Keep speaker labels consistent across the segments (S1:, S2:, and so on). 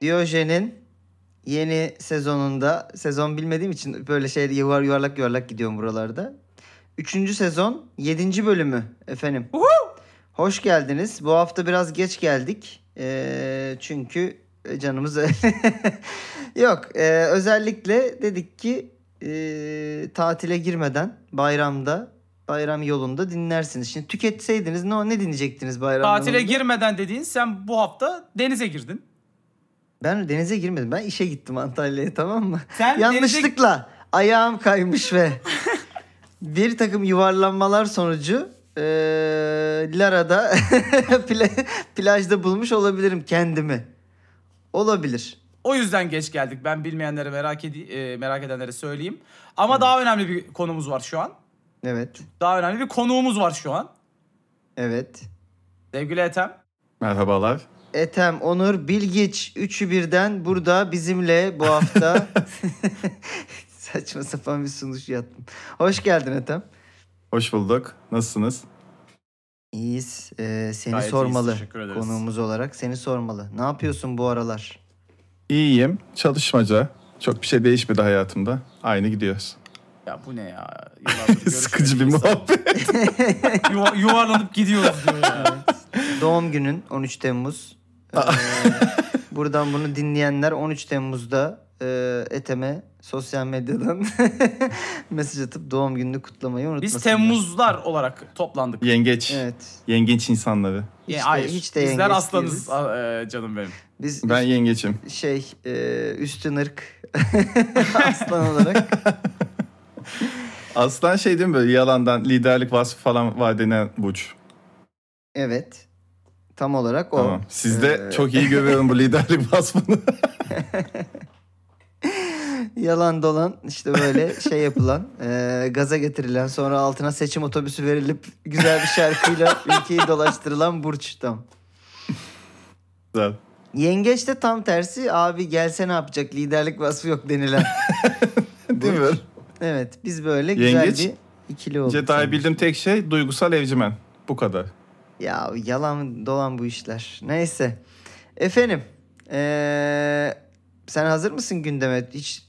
S1: Diyojen'in yeni sezonunda sezon bilmediğim için böyle şey yuvar yuvarlak yuvarlak gidiyorum buralarda. Üçüncü sezon yedinci bölümü efendim. Hoş geldiniz. Bu hafta biraz geç geldik. Ee, çünkü canımız yok. ee, özellikle dedik ki ee, tatile girmeden bayramda bayram yolunda dinlersiniz. Şimdi tüketseydiniz ne ne dinleyecektiniz bayramda?
S2: Tatile girmeden dediğin sen bu hafta denize girdin.
S1: Ben denize girmedim. Ben işe gittim Antalya'ya tamam mı?
S2: Sen denize...
S1: Yanlışlıkla ayağım kaymış ve bir takım yuvarlanmalar sonucu eee Lara'da pla- plajda bulmuş olabilirim kendimi. Olabilir.
S2: O yüzden geç geldik. Ben bilmeyenlere merak edi- e, merak edenlere söyleyeyim. Ama daha önemli bir konumuz var şu an.
S1: Evet.
S2: Daha önemli bir konuğumuz var şu an.
S1: Evet.
S2: Sevgili Ethem.
S3: Merhabalar.
S1: Ethem, Onur, Bilgiç üçü birden burada bizimle bu hafta saçma sapan bir sunuş yaptım. Hoş geldin Ethem.
S3: Hoş bulduk. Nasılsınız?
S1: İyiyiz. Ee, seni
S3: Gayet
S1: sormalı
S3: iyiyiz, teşekkür ederiz.
S1: konuğumuz olarak. Seni sormalı. Ne yapıyorsun bu aralar?
S3: İyiyim. Çalışmaca. Çok bir şey değişmedi hayatımda. Aynı gidiyoruz.
S2: Ya bu ne ya? Yıllardır görüşmedik.
S3: Sıkıcı bir muhabbet.
S2: Yuva- yuvarlanıp gidiyoruz diyor ya.
S1: Doğum günün 13 Temmuz. Ee,
S3: Ah.
S1: buradan bunu dinleyenler 13 Temmuz'da e, Etem'e sosyal medyadan mesaj atıp doğum gününü kutlamayı unutmasınlar.
S2: Biz Temmuzlar olarak toplandık.
S3: Yengeç.
S1: Evet.
S3: Yengeç insanları.
S1: Hiç
S2: Ya,
S1: de-
S2: hayır.
S1: hiç de
S2: Bizler
S1: yengeç
S2: aslanız
S1: değiliz.
S2: a- e, canım benim.
S1: Biz
S3: Ben
S1: üst-
S3: yengeçim.
S1: şey e, üstün ırk aslan olarak.
S3: Aslan şey değil mi böyle yalandan liderlik vasfı falan var denen burç.
S1: Evet. Tam olarak o.
S3: Tamam. Sizde
S1: Ee,
S3: çok iyi görüyorum bu liderlik vasfını.
S1: Yalan dolan işte böyle şey yapılan, e, gaza getirilen sonra altına seçim otobüsü verilip güzel bir şarkıyla ülkeyi dolaştırılan Burç tam.
S3: Güzel.
S1: Yengeç de tam tersi abi gelse ne yapacak liderlik vasfı yok denilen.
S3: değil mi?
S1: evet biz böyle güzel
S3: Yengeç,
S1: bir ikili olduk.
S3: Ceta'yı bildiğim tek şey duygusal evcimen. Bu kadar.
S1: Ya yalan dolan bu işler. Neyse. Efendim ee, sen hazır mısın gündeme? Hiç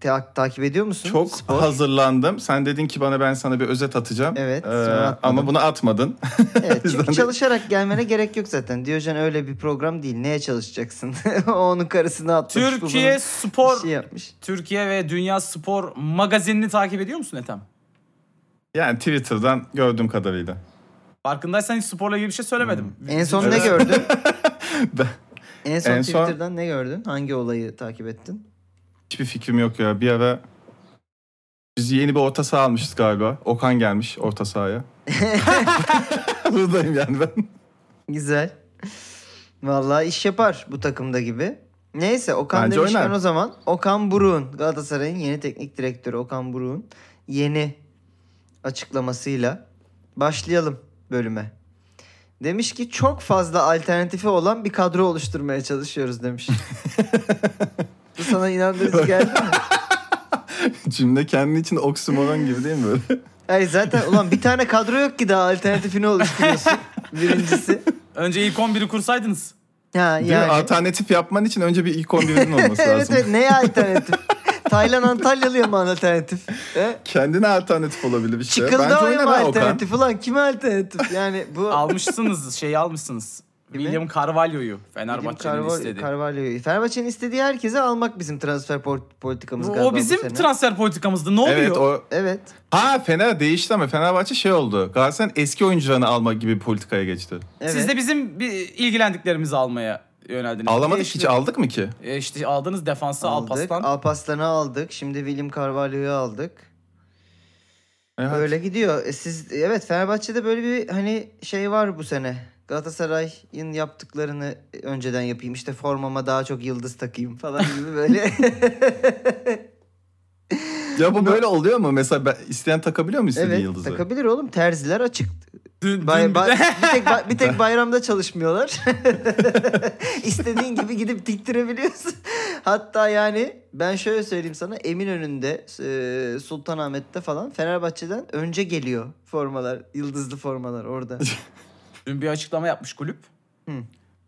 S1: ta- takip ediyor musun?
S3: Çok
S1: Spor.
S3: hazırlandım. Sen dedin ki bana ben sana bir özet atacağım.
S1: Evet,
S3: Ee,
S1: sonra atmadım.
S3: ama bunu atmadın.
S1: Evet,
S3: Bizden
S1: çünkü
S3: bir-
S1: çalışarak gelmene gerek yok zaten. Diyojen öyle bir program değil. Neye çalışacaksın? O onun karısını atmış. bu bunun
S2: Türkiye
S1: bir
S2: Spor
S1: şey yapmış.
S2: Türkiye ve Dünya Spor magazinini takip ediyor musun Ethem?
S3: Yani Twitter'dan gördüğüm kadarıyla.
S2: Farkındaysan hiç sporla ilgili bir şey söylemedim.
S1: Hmm. En son ne
S3: Evet.
S1: gördün?
S3: Ben-
S1: En son
S3: En son-
S1: Twitter'dan ne gördün? Hangi olayı takip ettin?
S3: Hiçbir fikrim yok ya. Bir ara biz yeni bir orta saha almışız galiba. Okan gelmiş orta sahaya. Buradayım yani ben.
S1: Güzel. Vallahi iş yapar bu takımda gibi. Neyse Okan
S3: Bence
S1: demişken
S3: oynar.
S1: o zaman Okan Buruk'un Galatasaray'ın yeni teknik direktörü Okan Buruk'un yeni açıklamasıyla başlayalım bölüme. Demiş ki çok fazla alternatifi olan bir kadro oluşturmaya çalışıyoruz demiş. bu sana inandırıcı geldi mi?
S3: Cümle kendi için oksimoron gibi değil mi böyle?
S1: Hayır zaten ulan bir tane kadro yok ki daha alternatifini oluşturuyorsun. Birincisi.
S2: Önce ilk 11'i kursaydınız.
S1: Ha,
S3: Değil mi? Alternatif yapman için önce bir ilk 11'in olması
S1: evet
S3: lazım.
S1: evet neye alternatif? Taylan Antalyalı'ya mı alternatif?
S3: E,
S1: He?
S3: Kendine alternatif olabilir bir şey. Bence
S1: Çıkıldağ'a
S3: oynar
S1: mı
S3: ha Okan.
S1: alternatif ulan? Kime alternatif? Yani bu...
S2: Almışsınız şeyi almışsınız.
S1: Kimi?
S2: William Carvalho'yu
S1: Bizim
S2: Fenerbahçe'nin
S1: Carva-
S2: istedi.
S1: Carvalho'yu. Fenerbahçe'nin istediği herkese almak bizim transfer por- politikamız galiba.
S2: o
S1: bu
S2: bizim
S1: sene.
S2: transfer politikamızdı. Ne oluyor?
S3: Evet o.
S1: Evet.
S3: Ha Fener değişti ama Fenerbahçe şey oldu. Galatasaray'ın eski oyuncularını alma gibi bir politikaya geçti.
S1: evet.
S2: Siz de bizim bir ilgilendiklerimizi almaya yöneldiniz.
S3: Alamadık
S2: Değişti.
S3: hiç aldık mı ki?
S2: E işte aldınız defansı
S1: aldık.
S2: Alpaslan.
S1: Alpaslan'ı aldık. Şimdi William Carvalho'yu aldık.
S3: Evet.
S1: Böyle gidiyor. E Siz evet Fenerbahçe'de böyle bir hani şey var bu sene. Galatasaray'ın yaptıklarını önceden yapayım. İşte formama daha çok yıldız takayım falan gibi böyle.
S3: Ya bu böyle oluyor mu? Mesela ben, isteyen takabiliyor mu istediği
S1: evet
S3: yıldızı?
S1: takabilir oğlum. Terziler açık.
S2: Dün, dün
S1: Bay-
S2: bir
S1: bay-
S2: de-
S1: bir, tek, ba- bir tek bayramda çalışmıyorlar. İstediğin gibi gidip diktirebiliyorsun. Hatta yani ben şöyle söyleyeyim sana Eminönü'nde e, Sultanahmet'te falan Fenerbahçe'den önce geliyor formalar. Yıldızlı formalar orada.
S2: dün bir açıklama yapmış kulüp.
S1: Hı.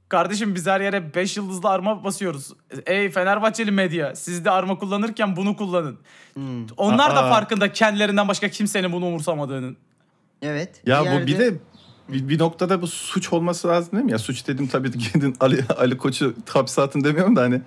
S2: Kardeşim biz her yere 5 yıldızlı arma basıyoruz. Ey Fenerbahçeli medya siz de arma kullanırken bunu kullanın. Onlar da
S3: Aa.
S2: farkında kendilerinden başka kimsenin bunu umursamadığının.
S1: Evet.
S3: Ya
S1: yerde-
S3: bu bir de bir, bir noktada bu suç olması lazım değil mi? Ya suç dedim tabii ki gidin Ali, Ali Koç'u hapse atın demiyorum da hani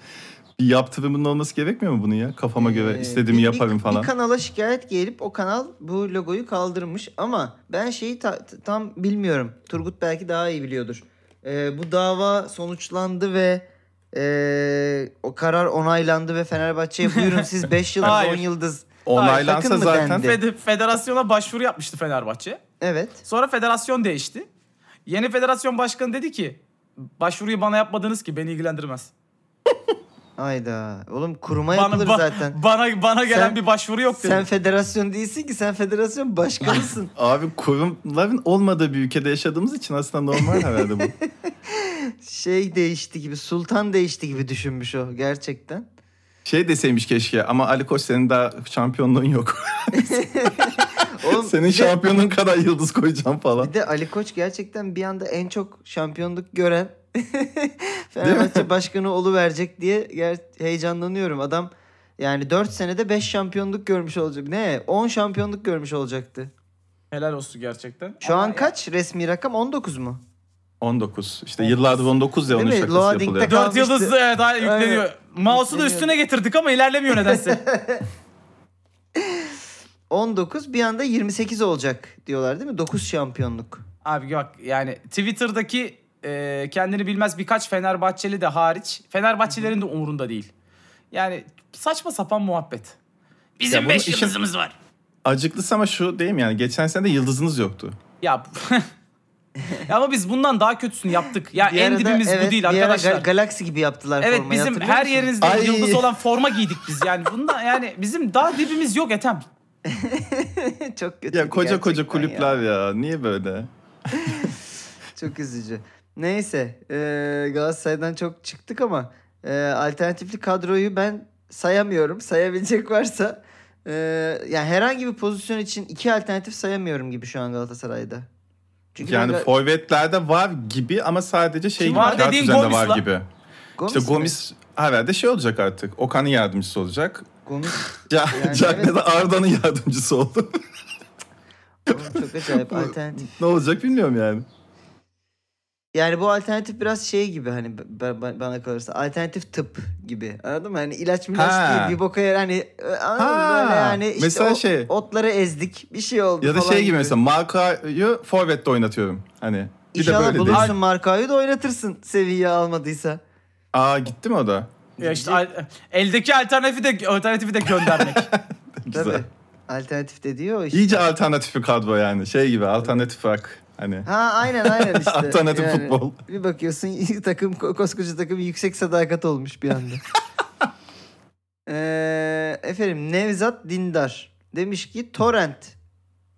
S3: bir yaptırımın olması gerekmiyor mu bunun ya? Kafama göre
S1: Ee,
S3: istediğimi
S1: bir- bir-
S3: yaparım falan.
S1: Bir kanala şikayet gelip o kanal bu logoyu kaldırmış ama ben şeyi ta- t- tam bilmiyorum. Turgut belki daha iyi biliyordur. Ee, bu dava sonuçlandı ve ee, o karar onaylandı ve Fenerbahçe'ye buyurun siz 5 yıldız
S2: Hayır.
S1: 10 yıldız.
S3: Onaylansa
S1: Sakın mı
S3: zaten
S1: dendi?
S2: Fed- federasyona başvuru yapmıştı Fenerbahçe.
S1: Evet.
S2: Sonra federasyon değişti. Yeni federasyon başkanı dedi ki başvuruyu bana yapmadınız ki beni ilgilendirmez.
S1: Ayda. Oğlum kuruma
S2: Bana,
S1: yapılır
S2: ba-
S1: zaten.
S2: bana bana gelen
S1: Sen-
S2: bir başvuru yok dedi.
S1: Sen federasyon değilsin ki sen federasyon başkanısın.
S3: abi kurumların olmadığı bir ülkede yaşadığımız için aslında normal herhalde bu.
S1: şey değişti gibi sultan değişti gibi düşünmüş o gerçekten.
S3: Şey deseymiş keşke ama Ali Koç senin daha şampiyonluğun yok.
S1: Oğlum,
S3: senin
S1: bir de-
S3: şampiyonun kadar yıldız koyacağım falan.
S1: Bir de Ali Koç gerçekten bir anda en çok şampiyonluk gören Fenerbahçe başkanı olu verecek diye ger- heyecanlanıyorum. Adam yani 4 senede 5 şampiyonluk görmüş olacak. Ne? 10 şampiyonluk görmüş olacaktı.
S2: Helal olsun gerçekten.
S1: Şu
S2: Ama
S1: an
S2: ya-
S1: kaç resmi rakam? 19 mu?
S3: 19. İşte yıllardır 19 ya
S1: Değil
S3: onun
S1: mi?
S3: şakası
S1: Loading'de
S3: yapılıyor.
S1: kal-
S2: Dört yıldız
S1: kalmıştı.
S2: e, daha yükleniyor. Mouse'u da
S1: Yükleniyor.
S2: üstüne getirdik ama ilerlemiyor nedense.
S1: 19 bir anda 28 olacak diyorlar değil mi? 9 şampiyonluk.
S2: Abi bak yani Twitter'daki e, kendini bilmez birkaç Fenerbahçeli de hariç Fenerbahçelilerin de umurunda değil. Yani saçma sapan muhabbet.
S3: Ya
S2: Bizim
S3: bunun
S2: beş
S3: işin-
S2: yıldızımız var.
S3: Acıklısı ama şu değil mi yani geçen sene de yıldızınız yoktu.
S2: Ya Ya ama biz bundan daha kötüsünü yaptık. Ya
S1: Bir
S2: en
S1: arada-
S2: dibimiz
S1: evet,
S2: bu değil
S1: bir ara
S2: arkadaşlar.
S1: ga- galaksi gibi yaptılar
S2: evet
S1: formayı,
S2: bizim
S1: hatırlıyor
S2: her
S1: musun?
S2: yerinizde
S3: Ay.
S2: yıldız olan forma giydik biz. Yani bunda yani bizim daha dibimiz yok Ethem.
S1: çok kötü.
S3: Ya koca koca kulüpler ya. niye böyle?
S1: Çok üzücü. Neyse eee, Galatasaray'dan çok çıktık ama eee, alternatifli kadroyu ben sayamıyorum. Sayabilecek varsa eee, yani herhangi bir pozisyon için iki alternatif sayamıyorum gibi şu an Galatasaray'da. Çünkü
S3: yani
S1: ben Ga-
S3: forvetlerde var gibi ama sadece şey
S2: Kim
S3: gibi,
S2: var
S3: kağıt
S2: dediğin
S3: üzerinde
S2: Gomis
S3: var
S2: lan.
S3: gibi.
S1: Gomis
S3: İşte
S1: mi?
S3: Gomis herhalde şey olacak artık. Okan'ın yardımcısı olacak.
S1: Gomis.
S3: Ya,
S1: Yani
S3: Cagne
S1: evet.
S3: de Arda'nın yardımcısı oldu.
S1: Oğlum çok acayip alternatif.
S3: ne olacak bilmiyorum yani.
S1: Yani bu alternatif biraz şey gibi hani b- b- bana kalırsa alternatif tıp gibi. Anladın mı? Hani ilaç milaç
S3: Ha.
S1: değil bir boka yer hani e, anladın mı?
S3: Ha.
S1: böyle yani işte
S3: Mesela
S1: o-
S3: şey-
S1: otları ezdik bir şey oldu
S3: Ya da
S1: falan
S3: şey gibi mesela Marka'yı forvette oynatıyorum. Hani bir de
S1: İnşallah
S3: böyle değil.
S1: bulursun markayı da oynatırsın seviye almadıysa.
S3: Aa gitti mi o da?
S2: Ya işte al- eldeki alternatifi de alternatifi de göndermek.
S3: Güzel.
S1: Tabii. Alternatif dediği o işte.
S3: İyice alternatif bir kadro yani. Şey gibi alternatif rock. Hani
S1: Ha aynen aynen işte.
S3: Alternatif futbol.
S1: Bir bakıyorsun takım koskoca takım yüksek sadakat olmuş bir anda. Ee, efendim Nevzat Dindar demiş ki Torrent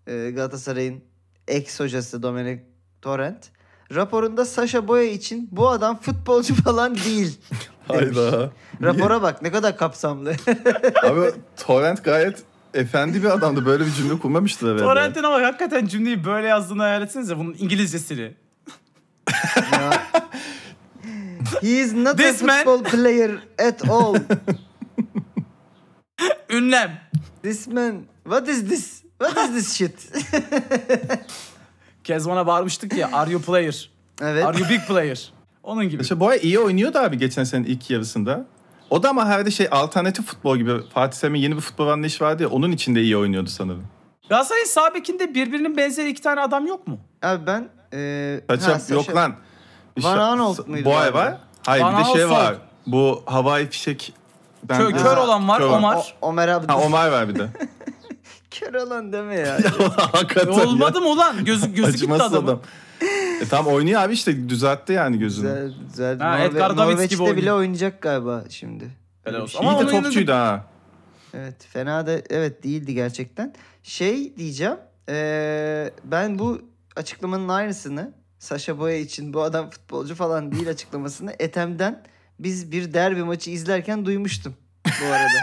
S1: e, Galatasaray'ın ex hocası Domenic Torrent raporunda Sasha Boya için bu adam futbolcu falan değil. demiş.
S3: hayda.
S1: Rapora bak ne kadar kapsamlı.
S3: Abi Torrent gayet efendi bir adamdı. Böyle bir cümle kurmamıştı herhalde.
S2: Torrent'in ama hakikaten cümleyi böyle yazdığını hayal etsenize bunun İngilizcesini.
S1: Ya. He is not
S2: This
S1: a
S2: man-
S1: football player at all.
S2: Ünlem.
S1: This man, what is this? What is this shit?
S2: Kezban'a bağırmıştık ya are you player?
S1: evet.
S2: Are you big player? Onun gibi.
S3: İşte Boya iyi oynuyordu abi geçen senenin ilk yarısında. O da ama herhalde şey alternatif futbol gibi. Fatih Terim'in yeni bir futbol anlayışı vardı ya onun içinde iyi oynuyordu sanırım.
S2: Galatasaray'ın sağ bekinde birbirinin benzeri iki tane adam yok mu?
S1: Abi ben... E,
S3: Saça
S1: ha, Sacha-
S3: yok lan.
S1: Van
S3: İşte-
S1: Aanholt muydu
S3: Boya
S1: galiba?
S3: var. Hayır
S2: Van
S3: bir de şey
S2: Aanholt.
S3: var. Bu havai fişek. Ben-
S2: Kö-
S1: kör
S2: olan var,
S3: Kör
S2: Omar.
S1: O- Omer Abdül.
S3: Ha, Omar var bir de.
S1: Kör olan deme ya.
S3: Hakikaten ya.
S2: Olmadı mı ulan? Gözü, gözü gitti
S3: Acımasız
S2: adamın.
S3: adam. E, tam oynuyor abi işte düzeltti yani gözünü.
S1: güzel, güzel.
S2: Ha,
S1: Norve-
S2: Edgar Davids
S1: Norveç'te
S2: gibi
S1: bile
S2: oynuyor.
S1: oynayacak galiba şimdi.
S2: Helal olsun.
S3: İyi
S2: Ama
S3: de
S2: onun yanında-
S3: topçuydu ha.
S1: Evet fena da evet değildi gerçekten. Şey diyeceğim eee, ben bu açıklamanın aynısını Sasha Boya için bu adam futbolcu falan değil açıklamasını Etem'den biz bir derbi maçı izlerken duymuştum bu arada.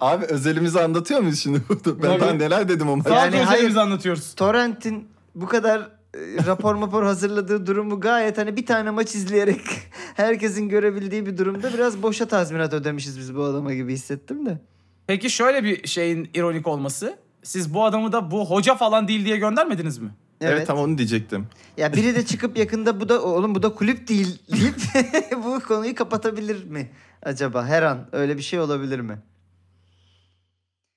S3: Abi özelimizi anlatıyor muyuz şimdi burada? Ben,
S2: Tabii.
S3: ben neler dedim o
S2: Sağ
S1: Yani
S2: yani
S1: hayır.
S2: anlatıyoruz.
S1: Torrent'in bu kadar e, rapor mapor hazırladığı durumu gayet hani bir tane maç izleyerek herkesin görebildiği bir durumda biraz boşa tazminat ödemişiz biz bu adama gibi hissettim de.
S2: Peki şöyle bir şeyin ironik olması. Siz bu adamı da bu hoca falan değil diye göndermediniz mi?
S3: Evet. tam onu diyecektim.
S1: Ya biri de çıkıp yakında bu da oğlum bu da kulüp değil deyip bu konuyu kapatabilir mi acaba her an öyle bir şey olabilir mi?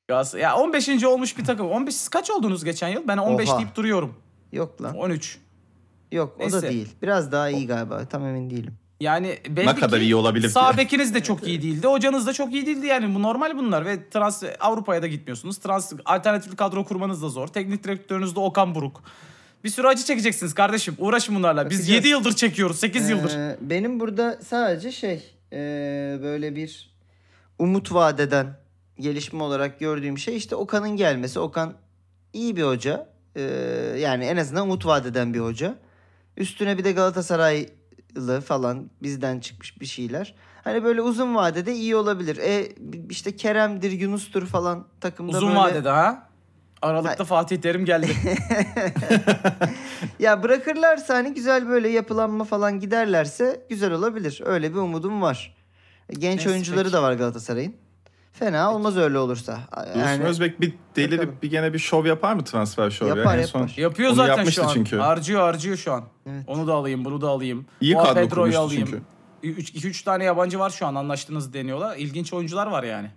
S2: Galatasaray- Ya 15. olmuş bir takım. 15 siz kaç oldunuz geçen yıl? Ben 15
S1: Oha.
S2: deyip duruyorum.
S1: Yok lan.
S2: 13.
S1: Yok o da
S2: Neyse.
S1: değil. Biraz daha iyi galiba. Tam emin değilim.
S2: Yani belli
S3: Ne kadar
S2: ki
S3: iyi olabilir ki?
S2: Sağ bekiniz de çok iyi değildi. Hocanız da çok iyi değildi. Yani bu normal bunlar ve trans Avrupa'ya da gitmiyorsunuz. Trans alternatif kadro kurmanız da zor. Teknik direktörünüz de Okan Buruk. Bir sürü acı çekeceksiniz kardeşim. Uğraşın bunlarla. Biz
S1: Bakacağız.
S2: 7 yıldır çekiyoruz. 8 yıldır.
S1: Ee, benim burada sadece şey ee, böyle bir umut vadeden gelişme olarak gördüğüm şey işte Okan'ın gelmesi. Okan iyi bir hoca. Ee, yani en azından umut vadeden bir hoca. Üstüne bir de Galatasaraylı falan bizden çıkmış bir şeyler. Hani böyle uzun vadede iyi olabilir. E işte Kerem'dir, Yunus'tur falan takımda
S2: Uzun
S1: böyle...
S2: vadede ha. Aralıkta Fatih Terim geldi.
S1: Ya bırakırlarsa hani güzel böyle yapılanma falan giderlerse güzel olabilir. Öyle bir umudum var. Genç
S2: Neyse,
S1: oyuncuları
S2: peki.
S1: da var Galatasaray'ın. Fena olmaz öyle olursa.
S3: Dursun
S1: Yani
S3: Özbek bir
S1: Bakalım.
S3: delirip bir gene bir şov yapar mı transfer şovu? ya?
S1: Yapar,
S3: En son
S1: yapar.
S2: Yapıyor
S3: Onu
S2: zaten
S3: yapmıştı
S2: şu an.
S3: çünkü.
S2: Harcıyor harcıyor şu an.
S1: Evet.
S2: Onu da alayım bunu da alayım.
S3: İyi
S2: Juan
S3: kadro
S2: Pedro'yu
S3: kurmuştu çünkü.
S2: 2-3 tane yabancı var şu an anlaştınız deniyorlar. İlginç oyuncular var yani.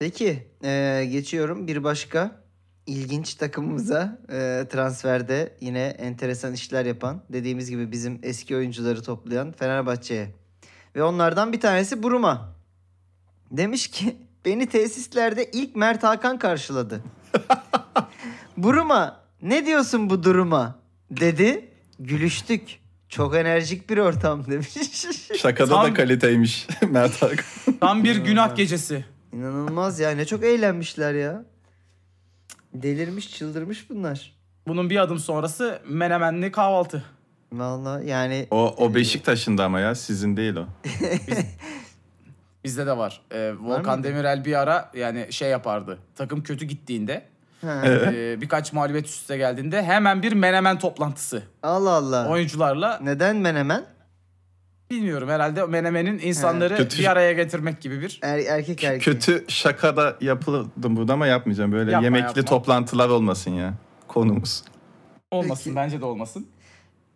S1: peki e, geçiyorum bir başka ilginç takımımıza e, transferde yine enteresan işler yapan dediğimiz gibi bizim eski oyuncuları toplayan Fenerbahçe'ye. Ve onlardan bir tanesi Buruma. Demiş ki beni tesislerde ilk Mert Hakan karşıladı. Buruma ne diyorsun bu duruma? Dedi. Gülüştük. Çok enerjik bir ortam demiş.
S3: Şakada
S2: Tam-
S3: da kaliteymiş Mert Hakan.
S2: Tam bir günah gecesi.
S1: İnanılmaz ya. Ne çok eğlenmişler ya. Delirmiş, çıldırmış bunlar.
S2: Bunun bir adım sonrası menemenli kahvaltı.
S1: Vallahi yani
S3: O, o Beşiktaş'ında ama ya sizin değil o.
S2: Bizde de var. Ee, Volkan
S1: mıydı?
S2: Demirel bir ara yani şey yapardı. Takım kötü gittiğinde
S1: ha,
S2: e, birkaç mağlubiyet üst üste geldiğinde hemen bir menemen toplantısı.
S1: Allah Allah.
S2: Oyuncularla
S1: Neden menemen?
S2: bilmiyorum herhalde menemenin insanları
S3: Kötü-
S2: bir araya getirmek gibi bir.
S1: Er, erkek erkek.
S3: Kötü şaka da yapıldım burada ama yapmayacağım. Böyle
S2: Yapma,
S3: yemekli
S2: yapma.
S3: toplantılar olmasın ya konumuz.
S2: Olmasın
S1: Peki.
S2: bence de olmasın.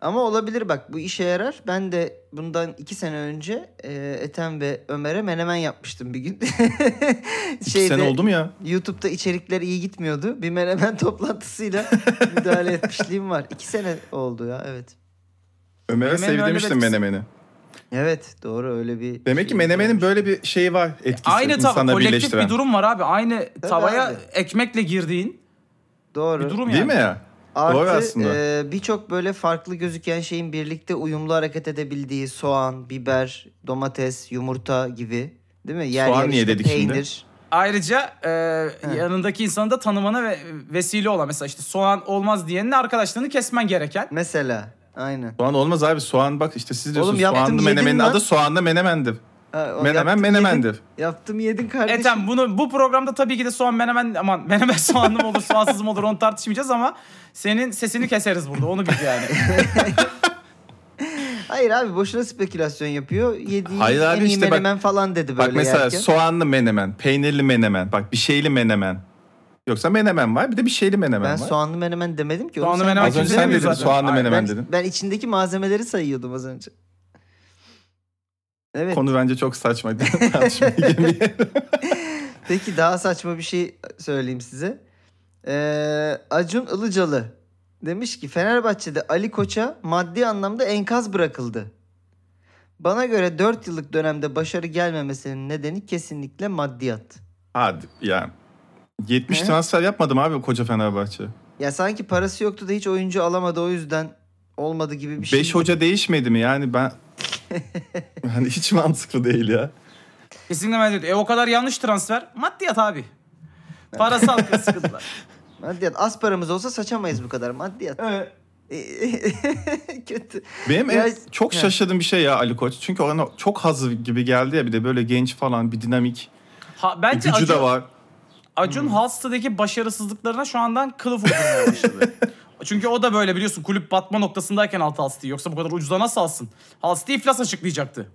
S1: Ama olabilir bak bu işe yarar. Ben de bundan iki sene önce e, Ethem ve Ömer'e menemen yapmıştım bir gün.
S3: İki sene oldu mu ya?
S1: YouTube'da içerikler iyi gitmiyordu. Bir menemen toplantısıyla müdahale etmişliğim var. İki sene oldu ya evet.
S3: Ömer'e
S2: Menemenin
S3: sev demiştim
S2: önündeki-
S3: menemeni.
S1: Evet doğru öyle bir
S3: Demek ki
S1: şey
S3: menemenin
S1: olmuş.
S3: böyle bir şeyi var etkisi.
S2: Aynı tav
S3: insanları
S2: kolektif
S3: birleştiren.
S2: bir durum var abi. Aynı tavaya
S1: abi.
S2: ekmekle girdiğin
S1: Doğru.
S2: bir durum yani.
S3: Değil mi ya?
S1: Artı
S3: Doğru aslında.
S1: e, birçok böyle farklı gözüken şeyin birlikte uyumlu hareket edebildiği soğan, biber, domates, yumurta gibi değil mi? Yer
S3: Soğan
S1: yer
S3: niye
S1: işte
S3: dedik şimdi?
S1: peynir.
S2: Ayrıca e, yanındaki insanı da tanımana ve vesile olan mesela işte soğan olmaz diyenin arkadaşlarını kesmen gereken.
S1: Mesela aynen.
S3: Soğan olmaz abi soğan bak işte siz diyorsunuz
S1: yaptım,
S3: soğanlı
S1: yedin
S3: menemenin
S1: lan.
S3: adı soğanlı menemendir.
S1: Ha, o
S3: Menemen
S1: yaptım,
S3: menemendir.
S1: yedin. Yaptım
S2: E,
S1: yedin kardeşim.
S2: Ethem bunu bu programda tabii ki de soğan menemen aman menemen soğanlı mı olur soğansız mı olur onu tartışmayacağız ama senin sesini keseriz burada onu bil yani.
S1: Hayır abi boşuna spekülasyon yapıyor. Yediği
S3: Hayır abi
S1: en iyi
S3: işte bak-
S1: menemen falan dedi böyle
S3: Bak mesela
S1: yerken.
S3: soğanlı menemen, peynirli menemen, bak bir şeyli menemen. Yoksa menemen var bir de bir şeyli menemen
S1: ben
S3: var.
S1: soğanlı menemen demedim ki. onu
S2: Soğanlı
S1: sen-
S2: menemen
S3: Az önce
S2: kimse
S3: sen
S2: demiyor
S3: dedin
S2: zaten.
S3: soğanlı
S2: Hayır,
S3: menemen dedin.
S1: ben, ben içindeki malzemeleri sayıyordum az önce. Evet.
S3: Konu bence çok saçma. Tartışmaya girmeyelim.
S1: Peki daha saçma bir şey söyleyeyim size. Ee, Acun Ilıcalı demiş ki Fenerbahçe'de Ali Koç'a maddi anlamda enkaz bırakıldı. Bana göre 4 yıllık dönemde başarı gelmemesinin nedeni kesinlikle maddiyat.
S3: Hadi ya. 70
S1: He?
S3: transfer yapmadım abi koca Fenerbahçe.
S1: Ya sanki parası yoktu da hiç oyuncu alamadı o yüzden olmadı gibi bir şey.
S3: 5 hoca değişmedi mi yani ben... yani hiç mantıklı değil ya.
S2: Kesinlikle ben dedim. E o kadar yanlış transfer. Maddiyat abi. Parasal sıkıntılar.
S1: Maddiyat. Az paramız olsa saçamayız bu kadar maddiyat. Ee,
S2: Evet.
S1: Kötü.
S3: Benim
S1: Ya-
S3: en çok
S1: He.
S3: şaşırdığım bir şey ya Ali Koç. Çünkü ona çok hazır gibi geldi ya bir de böyle genç falan bir dinamik.
S2: Ha,
S3: bir
S2: bence
S3: gücü de
S2: Acun,
S3: var.
S1: Hmm.
S2: Acun Halstead'deki başarısızlıklarına şu andan kılıf uydurmaya başladı. Çünkü o da böyle biliyorsun kulüp batma noktasındayken aldı Hull City'yi. Yoksa bu kadar ucuza nasıl alsın? Hull City iflas açıklayacaktı.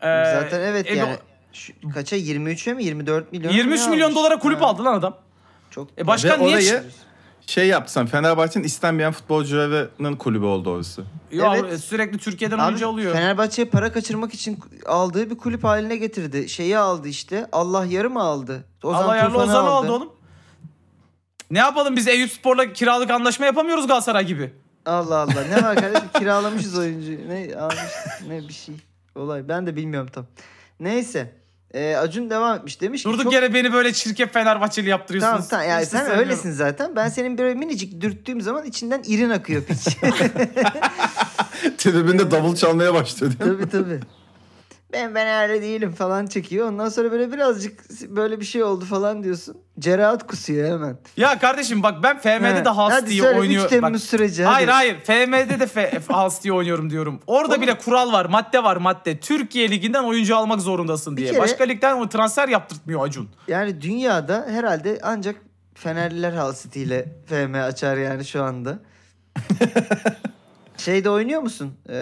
S2: Ee,
S1: Zaten evet
S2: e,
S1: yani. Şu- kaça 23'e mi 24 milyon?
S2: 23 milyon dolara kulüp
S1: aldı.
S2: aldı lan adam.
S1: Çok
S2: E
S3: Ve
S2: başkan niye?
S3: orayı şey yapsan Fenerbahçe'nin istenmeyen futbolcularının kulübü oldu orası.
S2: Ya
S1: Evet.
S2: sürekli Türkiye'den
S1: Abi,
S2: oyuncu alıyor.
S1: Fenerbahçe'ye para kaçırmak için aldığı bir kulüp haline getirdi. Şeyi aldı işte. Allah yarı mı aldı? Ozan
S2: Allah yarlı
S1: Tufan'ı
S2: Ozan'ı aldı oğlum. Ne yapalım biz Eyüp Spor'la kiralık anlaşma yapamıyoruz Galatasaray gibi.
S1: Allah Allah. Ne var kardeşim? Kiralamışız oyuncuyu. Ne almış ne bir şey. Olay. Ben de bilmiyorum tam. Neyse. Ee, Acun devam etmiş. Demiş ki
S2: Durduk
S1: çok-
S2: yere beni böyle çirkef Fenerbahçeli yaptırıyorsunuz.
S1: Tamam tamam. Yani
S2: Hiç de
S1: sen
S2: sevmiyorum.
S1: öylesin zaten. Ben senin böyle minicik dürttüğüm zaman içinden irin akıyor piç.
S3: Tribünde davul çalmaya başladı.
S1: tabii tabii. Ben ben öyle değilim falan çekiyor. Ondan sonra böyle birazcık böyle bir şey oldu falan diyorsun. Cerahat kusuyor hemen.
S2: Ya kardeşim bak ben FM'de
S1: He.
S2: de Haas
S1: Hadi
S2: diye
S1: söyle, 3
S2: oynuyorum. Bak,
S1: Temmuz süreci. Şey hadi.
S2: hayır hayır FM'de de F- Haas diye oynuyorum diyorum. Orada
S1: Oğlum.
S2: bile kural var madde var madde. Türkiye liginden oyuncu almak zorundasın diye.
S1: kere-
S2: Başka ligden o transfer yaptırtmıyor Acun.
S1: Yani dünyada herhalde ancak Fenerliler Hull City ile FM açar yani şu anda. Şeyde oynuyor musun? Ee,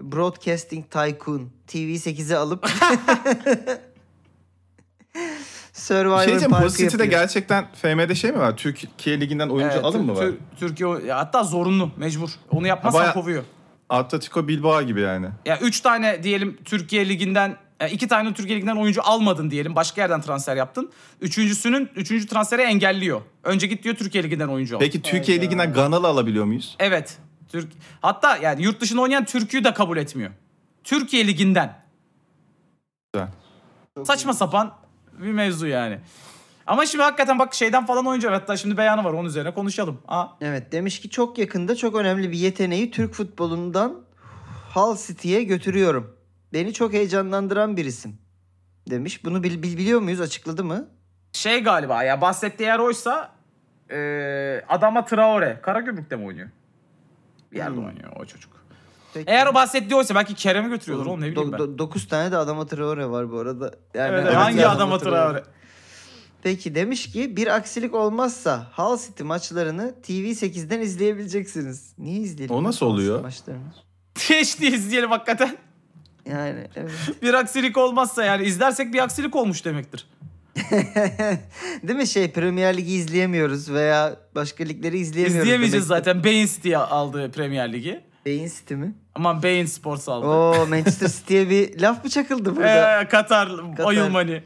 S1: Broadcasting Tycoon. TV8'i alıp
S3: Bir
S1: Survivor
S3: şey diyeceğim
S1: Park'ı
S3: Hull City'de
S1: yapıyor.
S3: gerçekten FM'de şey mi var? Türkiye Ligi'nden oyuncu
S2: Evet,
S3: alın
S2: Tür-
S3: mı var?
S2: Tür- Türkiye o- ya hatta zorunlu mecbur. Onu yapmazsan
S3: baya-
S2: kovuyor.
S3: Atletico Bilbao gibi yani.
S2: Ya 3 tane diyelim Türkiye liginden ya iki tane Türkiye liginden oyuncu almadın diyelim. Başka yerden transfer yaptın. Üçüncüsünün üçüncü transferi engelliyor. Önce git diyor Türkiye liginden oyuncu al.
S3: Peki Türkiye Ligi'nden Ganalı alabiliyor muyuz?
S2: Evet. Türk hatta yani yurt dışında oynayan Türk'ü de kabul etmiyor. Türkiye liginden.
S3: Güzel.
S2: Saçma sapan bir mevzu yani. Ama şimdi hakikaten bak şeyden falan oyuncu var. hatta şimdi beyanı var onun üzerine konuşalım. Aa,
S1: Evet demiş ki çok yakında çok önemli bir yeteneği Türk futbolundan Hull City'ye götürüyorum. Beni çok heyecanlandıran bir isim demiş. Bunu bil- bil- biliyor muyuz? Açıkladı mı?
S2: şey galiba ya bahsettiği yer oysa eee, Adama Traore. Karagümrük'te mi oynuyor? Bir yerde
S1: Hmm.
S2: oynuyor o çocuk.
S1: Peki.
S2: Eğer o bahsettiği oysa belki Kerem'i götürüyordur oğlum ne bileyim
S1: Do-
S2: ben.
S1: do- dokuz tane de Adama Traore var bu arada. Yani
S2: Evet,
S3: evet,
S2: hangi
S3: yani
S2: Adama Traore?
S1: Peki demiş ki bir aksilik olmazsa Hull City maçlarını TV8'den izleyebileceksiniz. Niye izleyelim?
S3: O nasıl
S1: Hull City
S3: oluyor?
S1: Maçlarını.
S2: Keşke izleyelim hakikaten.
S1: Yani evet.
S2: Bir aksilik olmazsa yani izlersek bir aksilik olmuş demektir.
S1: Değil mi şey Premier Lig'i izleyemiyoruz veya başka ligleri izleyemiyoruz.
S2: İzleyemeyeceğiz
S1: demek ki.
S2: zaten. Beins diye aldı Premier Ligi.
S1: Beyin City mi?
S2: Aman Bein Sports aldı.
S1: Oo Manchester City'ye bir laf mı çakıldı burada?
S2: Ee, Katar, hani. Oil Money.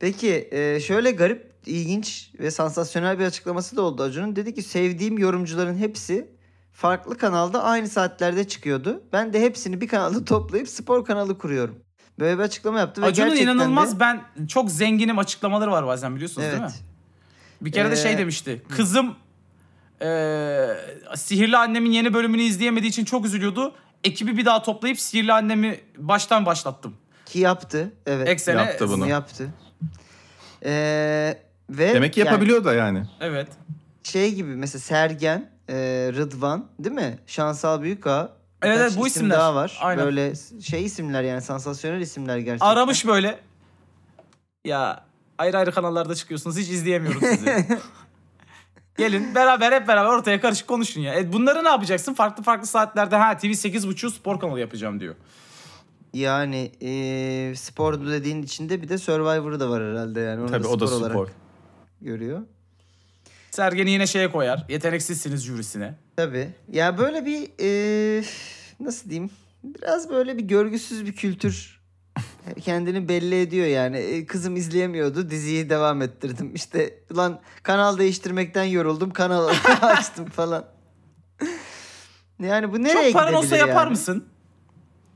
S1: Peki e, şöyle garip, ilginç ve sansasyonel bir açıklaması da oldu Acun'un. Dedi ki sevdiğim yorumcuların hepsi farklı kanalda aynı saatlerde çıkıyordu. Ben de hepsini bir kanalda toplayıp spor kanalı kuruyorum. Böyle bir açıklama yaptı ve
S2: Acun'un
S1: gerçekten
S2: inanılmaz
S1: de,
S2: ben çok zenginim açıklamaları var bazen biliyorsunuz
S1: evet.
S2: değil mi? Bir kere de şey
S1: Ee,
S2: demişti. Kızım eee, Sihirli Annem'in yeni bölümünü izleyemediği için çok üzülüyordu. Ekibi bir daha toplayıp Sihirli Annem'i baştan başlattım.
S1: Ki yaptı. Evet.
S2: Ek sene.
S3: Yaptı bunu.
S1: Yaptı. Ee, ve
S3: Demek ki
S1: yani
S3: yapabiliyor da yani.
S2: Evet.
S1: şey gibi mesela Sergen, e, Rıdvan değil mi? Şansal Büyükağa.
S2: Evet,
S1: birkaç
S2: evet, bu
S1: isim
S2: isimler.
S1: daha var.
S2: Aynen.
S1: Böyle şey isimler yani sansasyonel isimler gerçekten.
S2: Aramış böyle. Ya ayrı ayrı kanallarda çıkıyorsunuz. Hiç izleyemiyorum sizi. Gelin beraber hep beraber ortaya karışık konuşun ya. E, bunları ne yapacaksın? Farklı farklı saatlerde ha TV 8.30 spor kanalı yapacağım diyor.
S1: Yani e, spor dediğin içinde bir de Survivor'ı da var herhalde yani. Onu
S3: Tabii o da
S1: olarak
S3: spor.
S1: görüyor.
S2: Sergen'i yine şeye koyar. Yeteneksizsiniz jürisine.
S1: Tabii. Ya böyle bir e, nasıl diyeyim? Biraz böyle bir görgüsüz bir kültür kendini belli ediyor yani. E, Kızım izleyemiyordu. Diziyi devam ettirdim. İşte ulan kanal değiştirmekten yoruldum. Kanal açtım falan. Yani bu nereye
S2: Çok paran
S1: gidebilir
S2: olsa yapar
S1: yani?
S2: mısın?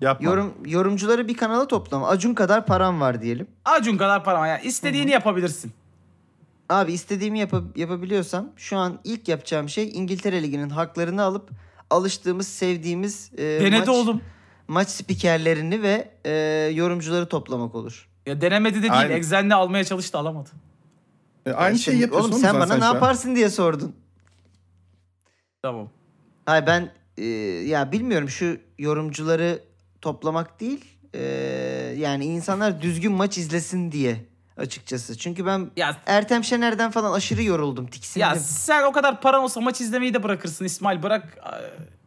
S3: Yapma.
S1: Yorum, yorumcuları bir kanala toplam. Acun kadar param var diyelim.
S2: Acun kadar paran var. Yani istediğini yapabilirsin.
S1: Abi istediğimi yapa- yapabiliyorsam şu an ilk yapacağım şey İngiltere Ligi'nin haklarını alıp alıştığımız, sevdiğimiz e, maç,
S2: Denedi oğlum.
S1: maç spikerlerini ve e, yorumcuları toplamak olur.
S2: Ya denemedi de değil.
S3: Aynen.
S2: Exen'le almaya çalıştı alamadı.
S3: E, aynı
S1: Şimdi-
S3: şeyi yapıyorsun
S1: Şey, Oğlum
S3: mu
S1: sen bana ne
S3: şu an?
S1: yaparsın diye sordun.
S2: Tamam.
S1: Hayır ben e, ya bilmiyorum şu yorumcuları toplamak değil. e, yani insanlar düzgün maç izlesin diye açıkçası. Çünkü ben
S2: Ya-
S1: Ertem Şener'den falan aşırı yoruldum, tiksindim.
S2: Ya sen o kadar paran olsa maç izlemeyi de bırakırsın İsmail. Bırak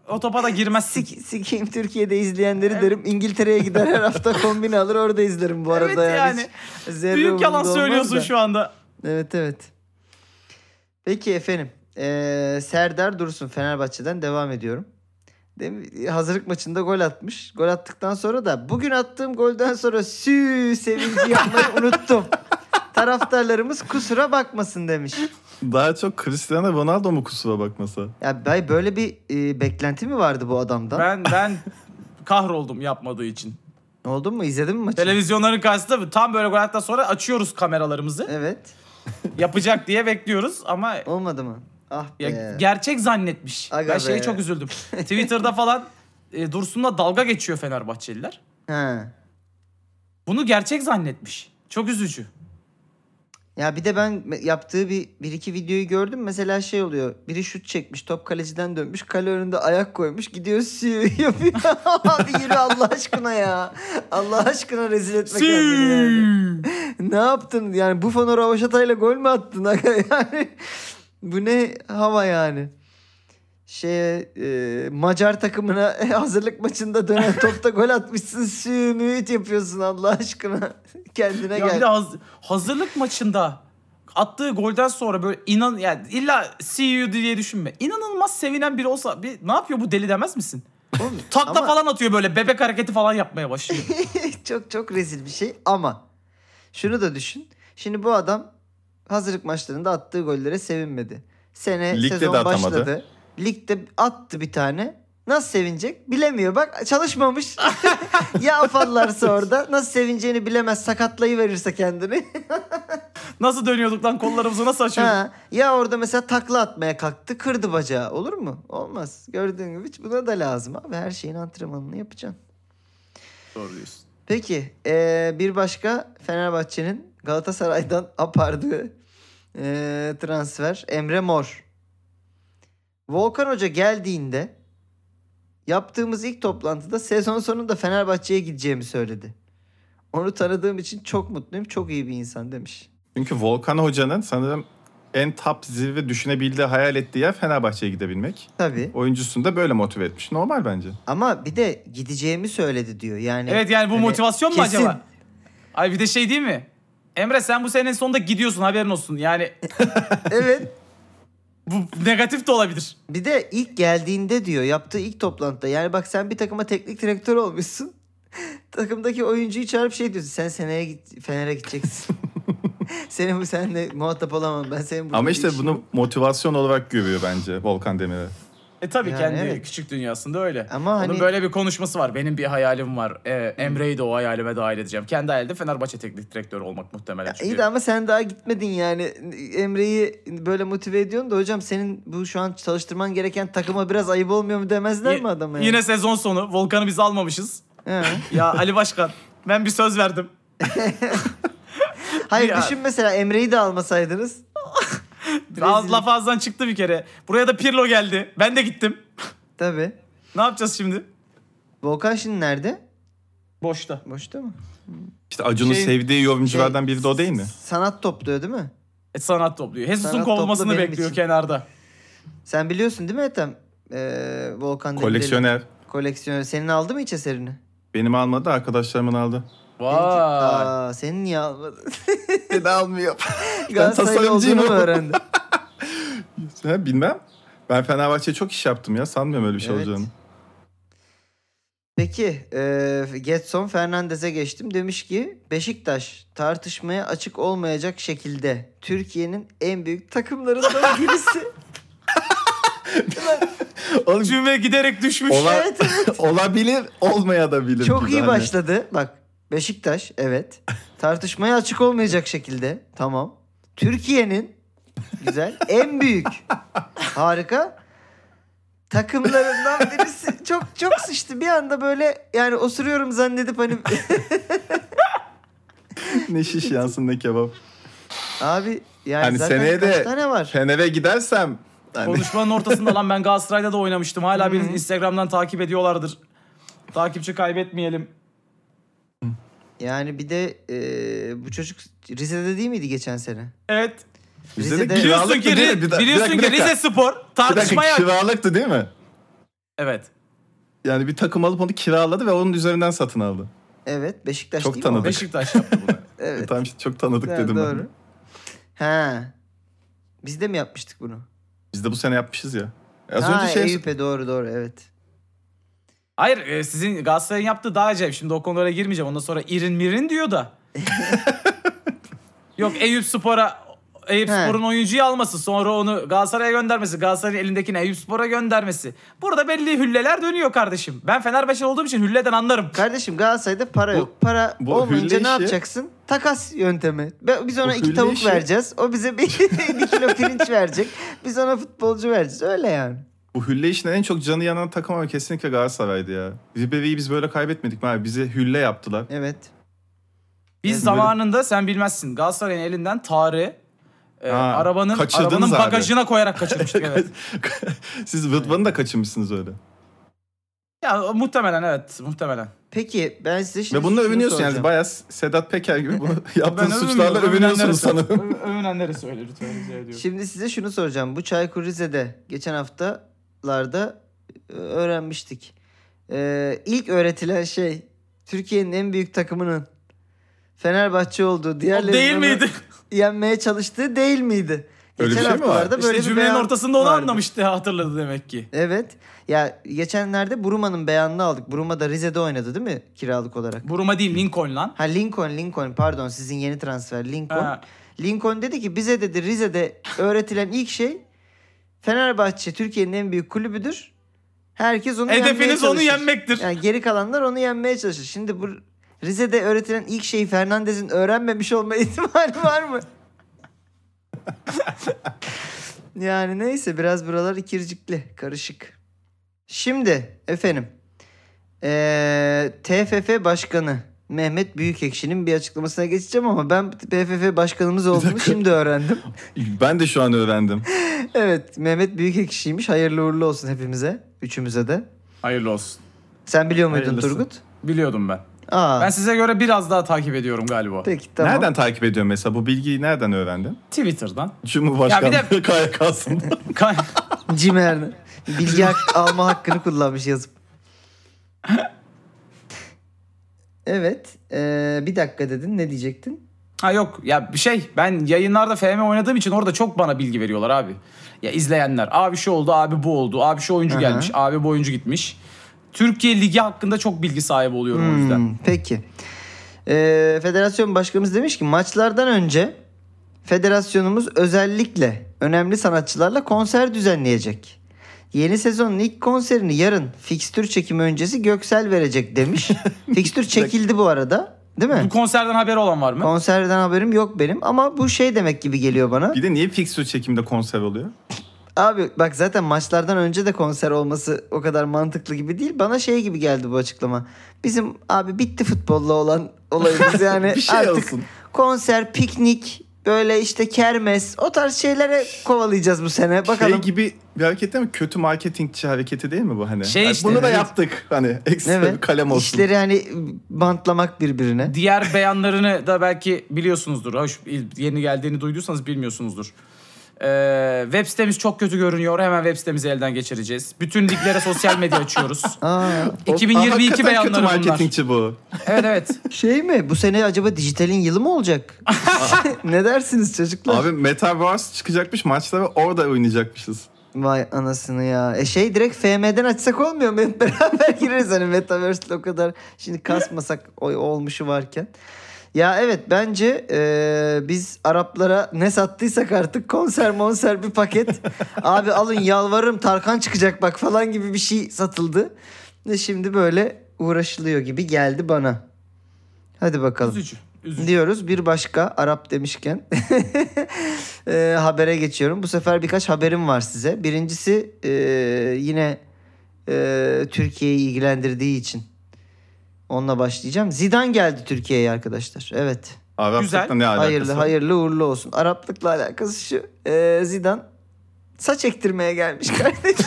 S2: e, o topa da girmezsin.
S1: Sik- sikeyim Türkiye'de izleyenleri derim. İngiltere'ye gider her hafta kombini alır orada izlerim bu arada.
S2: Evet
S1: yani.
S2: yani.
S1: Hiç zerre
S2: Büyük yalan
S1: umurumda olmaz
S2: söylüyorsun
S1: da.
S2: şu anda.
S1: Evet evet. Peki efendim. Ee, Serdar Dursun Fenerbahçe'den devam ediyorum. Dem- hazırlık maçında gol atmış. Gol attıktan sonra da bugün attığım golden sonra sü sevinci yapmayı unuttum. Taraftarlarımız kusura bakmasın demiş.
S3: Daha çok Cristiano Ronaldo mu kusura bakmasa?
S1: Ya bay- böyle bir e, beklenti mi vardı bu adamdan?
S2: Ben ben kahroldum yapmadığı için.
S1: Oldun mu? İzledin mi maçı?
S2: Televizyonların karşısında tam böyle gol attıktan sonra açıyoruz kameralarımızı.
S1: Evet.
S2: Yapacak diye bekliyoruz ama
S1: Olmadı mı? Ah be.
S2: Ya gerçek zannetmiş.
S1: Aga
S2: ben şeye
S1: be.
S2: çok üzüldüm. Twitter'da falan e, Dursun'la dalga geçiyor Fenerbahçeliler.
S1: Ha.
S2: Bunu gerçek zannetmiş. Çok üzücü.
S1: Ya bir de ben me- yaptığı bir, bir iki videoyu gördüm. Mesela şey oluyor. Biri şut çekmiş. Top kaleciden dönmüş. Kale önünde ayak koymuş. Gidiyor sü yapıyor. Abi yürü Allah aşkına ya. Allah aşkına rezil etme kendini yani. Ne yaptın? Yani Buffon'a Ravaşata'yla gol mü attın? aga? yani bu ne hava yani? Şey e, Macar takımına hazırlık maçında dönen topta gol atmışsın. Sü mühit yapıyorsun Allah aşkına. Kendine
S2: Ya
S1: gel.
S2: bir de haz- hazırlık maçında attığı golden sonra böyle inan yani illa see you diye düşünme. İnanılmaz sevinen biri olsa bir ne yapıyor bu deli demez misin?
S1: Oğlum,
S2: Takla
S1: ama-
S2: falan atıyor böyle bebek hareketi falan yapmaya başlıyor.
S1: çok çok rezil bir şey ama şunu da düşün. Şimdi bu adam hazırlık maçlarında attığı gollere sevinmedi. Sene
S3: Ligde
S1: sezon
S3: de atamadı.
S1: başladı. Ligde attı bir tane. Nasıl sevinecek? Bilemiyor. Bak çalışmamış. ya afallarsa orada nasıl sevineceğini bilemez. Sakatlayı verirse kendini.
S2: nasıl dönüyorduk lan kollarımızı nasıl açıyorduk?
S1: ha. Ya orada mesela takla atmaya kalktı, kırdı bacağı. Olur mu? Olmaz. Gördüğün gibi hiç buna da lazım abi. Her şeyin antrenmanını yapacaksın.
S2: Doğru diyorsun.
S1: Peki eee, bir başka Fenerbahçe'nin Galatasaray'dan apardığı eee, transfer Emre Mor. Volkan Hoca geldiğinde yaptığımız ilk toplantıda sezon sonunda Fenerbahçe'ye gideceğimi söyledi. Onu tanıdığım için çok mutluyum. Çok iyi bir insan demiş.
S3: Çünkü Volkan Hoca'nın sanırım en top zirve düşünebildiği, hayal ettiği yer Fenerbahçe'ye gidebilmek.
S1: Tabii.
S3: Oyuncusunu da böyle motive etmiş. Normal bence.
S1: Ama bir de gideceğimi söyledi diyor. Yani
S2: Evet yani bu
S1: hani
S2: motivasyon mu
S1: kesin.
S2: acaba? Ay bir de şey değil mi? Emre sen bu senenin sonunda gidiyorsun haberin olsun. Yani
S1: Evet.
S2: bu negatif de olabilir.
S1: Bir de ilk geldiğinde diyor yaptığı ilk toplantıda yani bak sen bir takıma teknik direktör olmuşsun. Takımdaki oyuncuyu çağırıp şey diyorsun sen seneye git Fener'e gideceksin. senin bu seninle muhatap olamam ben senin bu
S3: Ama işte
S1: işin-
S3: bunu motivasyon olarak görüyor bence Volkan Demirel.
S2: E tabii
S1: Yani
S2: kendi
S1: evet.
S2: küçük dünyasında öyle.
S1: Ama
S2: Onun
S1: hani-
S2: böyle bir konuşması var. Benim bir hayalim var. E, Emre'yi de o hayalime dahil edeceğim. Kendi hayalde Fenerbahçe teknik direktörü olmak muhtemelen.
S1: İyi
S2: çünkü.
S1: de ama sen daha gitmedin yani. Emre'yi böyle motive ediyorsun da hocam senin bu şu an çalıştırman gereken takıma biraz ayıp olmuyor mu demezler
S2: Ye-
S1: mi adama yani?
S2: Yine sezon sonu. Volkan'ı biz almamışız.
S1: He.
S2: Ya Ali Başkan ben bir söz verdim.
S1: Hayır
S2: Ya-
S1: düşün mesela Emre'yi de almasaydınız.
S2: Ağız,
S1: Rezillik.
S2: laf ağızdan çıktı bir kere. Buraya da Pirlo geldi. Ben de gittim.
S1: Tabii.
S2: Ne yapacağız şimdi?
S1: Volkan şimdi nerede?
S2: Boşta.
S1: Boşta mı?
S3: İşte Acun'un
S2: Şey-
S3: sevdiği yorumculardan biri de o değil mi?
S1: Sanat topluyor değil mi?
S2: E, sanat topluyor. Jesus'un
S1: Sanat toplu
S2: kovulmasını
S1: benim
S2: bekliyor
S1: için.
S2: kenarda.
S1: Sen biliyorsun değil mi Ethem? Ee, Volkan Demirel'i-
S3: Koleksiyoner.
S1: Koleksiyoner. Senin aldı mı hiç eserini?
S3: Benim almadı arkadaşlarımın aldı.
S1: Benimki-
S2: Vay.
S1: Aa, senin niye almadın?
S3: Beni almıyor.
S1: Galatasaray
S3: tasarımcıyım
S1: olduğunu mu
S3: ama.
S1: öğrendin?
S3: Ha, bilmem. Ben Fenerbahçe'ye çok iş yaptım ya. Sanmıyorum öyle bir şey
S1: Evet.
S3: olacağını.
S1: Peki e, Getson Fernandez'e geçtim. Demiş ki Beşiktaş tartışmaya açık olmayacak şekilde Türkiye'nin en büyük takımlarından birisi.
S3: Oğlum,
S2: Cümle giderek düşmüş.
S3: Ola-
S1: evet evet.
S3: olabilir, olmaya da bilir.
S1: Çok
S3: gibi
S1: iyi
S3: hani.
S1: başladı. Bak Beşiktaş evet. Tartışmaya açık olmayacak şekilde. Tamam. Türkiye'nin güzel en büyük harika takımlarından birisi. Çok çok sıçtı bir anda böyle yani osuruyorum zannedip hani
S3: ne şiş yansın ne kebap.
S1: abi yani,
S3: Hani
S1: zaten
S3: seneye
S1: kaç
S3: de-
S1: tane var?
S3: Fener'e gidersem hani
S2: Konuşmanın ortasında lan ben Galatasaray'da da oynamıştım. Hala beni Instagram'dan takip ediyorlardır. Takipçi kaybetmeyelim.
S1: Yani bir de e, bu çocuk Rize'de değil miydi geçen sene?
S2: Evet.
S3: Bize
S1: Rize'de-
S3: de
S2: Biliyorsun
S3: kiralıktı
S2: ki,
S3: değil mi? Bir dakika,
S2: biliyorsun
S3: bir
S2: ki
S3: dakika.
S2: Rize Spor
S3: Bir dakika,
S2: tartışmaya...
S3: kiralıktı değil mi?
S2: Evet.
S3: Yani bir takım alıp onu kiraladı ve onun üzerinden satın aldı.
S1: Evet Beşiktaş
S3: Çok
S1: değil mi?
S3: tanıdık.
S1: o?
S2: Beşiktaş yaptı bunu.
S1: Evet.
S3: Tamam işte çok tanıdık
S1: Ha,
S3: dedim
S1: doğru.
S3: ben.
S1: Ha. Biz de mi yapmıştık bunu?
S3: Biz de bu sene yapmışız ya. Az
S1: ha,
S3: önce şey
S1: Eyüp'e doğru doğru evet.
S2: Hayır e, sizin Galatasaray'ın yaptığı daha acayip. Şimdi o konulara girmeyeceğim. Ondan sonra irin mirin diyor da. Yok Eyüp Spor'a Eyüp
S1: He.
S2: Spor'un oyuncuyu alması. Sonra onu Galatasaray'a göndermesi. Galatasaray'ın elindekini Eyüp Spor'a göndermesi. Burada belli hülleler dönüyor kardeşim. Ben Fenerbahçe olduğum için hülleden anlarım.
S1: Kardeşim Galatasaray'da para
S3: Bu-
S1: yok. Para
S3: bu
S1: olmayınca
S3: hülle
S1: ne
S3: işi-
S1: yapacaksın? Takas yöntemi. Be- Biz ona
S3: Bu
S1: iki
S3: hülle
S1: tavuk
S3: işi-
S1: vereceğiz. O bize bir, bir kilo pirinç verecek. Biz ona futbolcu vereceğiz. Öyle yani.
S3: bu hülle işine en çok canı yanan takım ama kesinlikle Galatasaray'dı ya. Ribery'i biz böyle kaybetmedik mi abi? Bize hülle yaptılar.
S1: Evet.
S2: Biz
S1: Evet,
S2: zamanında sen bilmezsin Galatasaray'ın elinden Tarık'ı e,
S3: Ha,
S2: arabanın,
S3: kaçırdınız
S2: arabanın
S3: abi.
S2: bagajına koyarak kaçırmıştık. evet.
S3: Siz Rıdvan'ı da kaçırmışsınız öyle.
S2: Ya muhtemelen evet muhtemelen.
S1: Peki ben size şimdi
S3: Ve bununla
S1: şunu
S3: övünüyorsun
S1: soracağım.
S3: yani. Bayağı Sedat Peker gibi bunu yaptığın
S2: Ben
S3: suçlarla
S2: övünmüyorum,
S3: övünüyorsunuz
S2: övünenlere
S3: sanırım.
S2: sor- ö- Övünenlere söyle lütfen rica ediyorum.
S1: Şimdi size şunu soracağım. Bu Çaykur Rize'de geçen haftalarda e, öğrenmiştik. Ee, ilk öğretilen şey Türkiye'nin en büyük takımının Fenerbahçe olduğu
S2: O
S1: diğerlerinin
S2: değil
S1: onu
S2: miydi?
S1: yenmeye çalıştığı değil miydi?
S3: Öyle bir
S1: Geçen
S3: şey mi var?
S1: haftalarda böyle
S2: İşte
S1: bir
S2: cümlenin
S1: beyan
S2: ortasında onu
S1: vardı.
S2: anlamıştı hatırladı demek ki.
S1: Evet. Ya geçenlerde Buruma'nın beyanını aldık. Buruma da Rize'de oynadı değil mi kiralık olarak?
S2: Buruma değil Lincoln lan.
S1: Ha Lincoln, Lincoln pardon sizin yeni transfer Lincoln.
S2: Ha,
S1: Lincoln dedi ki bize dedi Rize'de öğretilen ilk şey Fenerbahçe Türkiye'nin en büyük kulübüdür. Herkes onu yenmeye
S2: hedefiniz
S1: çalışır.
S2: onu yenmektir.
S1: Yani geri kalanlar onu yenmeye çalışır. Şimdi bu Rize'de öğretilen ilk şeyi Fernandez'in öğrenmemiş olma ihtimali var mı? yani neyse biraz buralar ikircikli, karışık. Şimdi efendim ee, TFF Başkanı Mehmet Büyükekşi'nin bir açıklamasına geçeceğim ama ben TFF Başkanımız olduğunu
S3: dakika.
S1: şimdi öğrendim.
S3: Ben de şu an öğrendim.
S1: evet Mehmet Büyükekşi'ymiş. Hayırlı uğurlu olsun hepimize. Üçümüze de.
S2: Hayırlı olsun.
S1: Sen biliyor muydun
S3: Hayırlısı.
S1: Turgut?
S2: Biliyordum ben.
S1: Aa.
S2: Ben size göre biraz daha takip ediyorum galiba.
S1: Peki tamam.
S3: Nereden takip ediyorsun mesela? Bu bilgiyi nereden öğrendin?
S2: Twitter'dan.
S3: Cumhurbaşkanlığı
S2: Ya bir
S3: KYK'sında.
S2: Ka-
S1: Jim Erner. Bilgi hak- alma hakkını kullanmış yazıp. Evet. eee, bir dakika dedin. Ne diyecektin?
S2: ha yok ya bir şey ben yayınlarda FM oynadığım için orada çok bana bilgi veriyorlar abi. Ya izleyenler abi şu oldu abi bu oldu abi şu oyuncu
S1: Aha.
S2: gelmiş abi bu oyuncu gitmiş. Türkiye Ligi hakkında çok bilgi sahibi oluyorum o yüzden.
S1: Hmm, peki. Eee, federasyon başkanımız demiş ki maçlardan önce federasyonumuz özellikle önemli sanatçılarla konser düzenleyecek. Yeni sezonun ilk konserini yarın fikstür çekimi öncesi Göksel verecek demiş. fikstür çekildi bu arada. Değil mi?
S2: Bu konserden haberi olan var mı?
S1: Konserden haberim yok benim ama bu şey demek gibi geliyor bana.
S3: bir de niye fixture çekimde konser oluyor?
S1: Abi bak zaten maçlardan önce de konser olması o kadar mantıklı gibi değil. Bana şey gibi geldi bu açıklama. Bizim abi bitti futbolla olan olayımız yani
S3: Bir şey
S1: artık
S3: olsun.
S1: konser, piknik, böyle işte kermes o tarz şeylere kovalayacağız bu sene. Bakalım.
S3: Şey gibi bir hareket değil mi? Kötü marketingçi hareketi değil mi bu hani?
S2: Şey
S3: Hani
S2: işte,
S3: bunu da
S2: evet.
S3: yaptık. Hani ekstra
S1: evet.
S3: bir kalem olsun.
S1: İşleri hani bantlamak birbirine.
S2: Diğer beyanlarını da belki biliyorsunuzdur. Hoş, yeni geldiğini duyduysanız bilmiyorsunuzdur. Ee, web sitemiz çok kötü görünüyor. Hemen web sitemizi elden geçireceğiz. Bütün liglere sosyal medya açıyoruz.
S1: Aa,
S3: O-
S2: 2022
S3: Hakikaten
S2: beyanları
S3: kötü
S2: bunlar.
S3: marketingçi bu.
S2: Evet evet.
S1: şey mi? Bu sene acaba dijitalin yılı mı olacak? ne dersiniz çocuklar?
S3: Abi Metaverse çıkacakmış maçlara orada oynayacakmışız.
S1: Vay anasını ya. E şey direkt FM'den açsak olmuyor mu? Hep beraber gireriz hani Metaverse'le o kadar. Şimdi kasmasak o olmuşu varken. Ya evet bence e, biz Araplara ne sattıysak artık konser monser bir paket. Abi alın yalvarırım Tarkan çıkacak bak falan gibi bir şey satıldı. Ve şimdi böyle uğraşılıyor gibi geldi bana. Hadi bakalım
S2: Üzücü. Üzücü.
S1: diyoruz. Bir başka Arap demişken e, habere geçiyorum. Bu sefer birkaç haberim var size. Birincisi e, yine e, Türkiye'yi ilgilendirdiği için onunla başlayacağım. Zidane geldi Türkiye'ye arkadaşlar. Evet.
S3: Abi
S2: Güzel.
S3: hakikaten ne alakası?
S1: Hayırlı
S3: var?
S1: hayırlı uğurlu olsun. Araplıkla alakası şu. E, Zidane saç ektirmeye gelmiş kardeşim.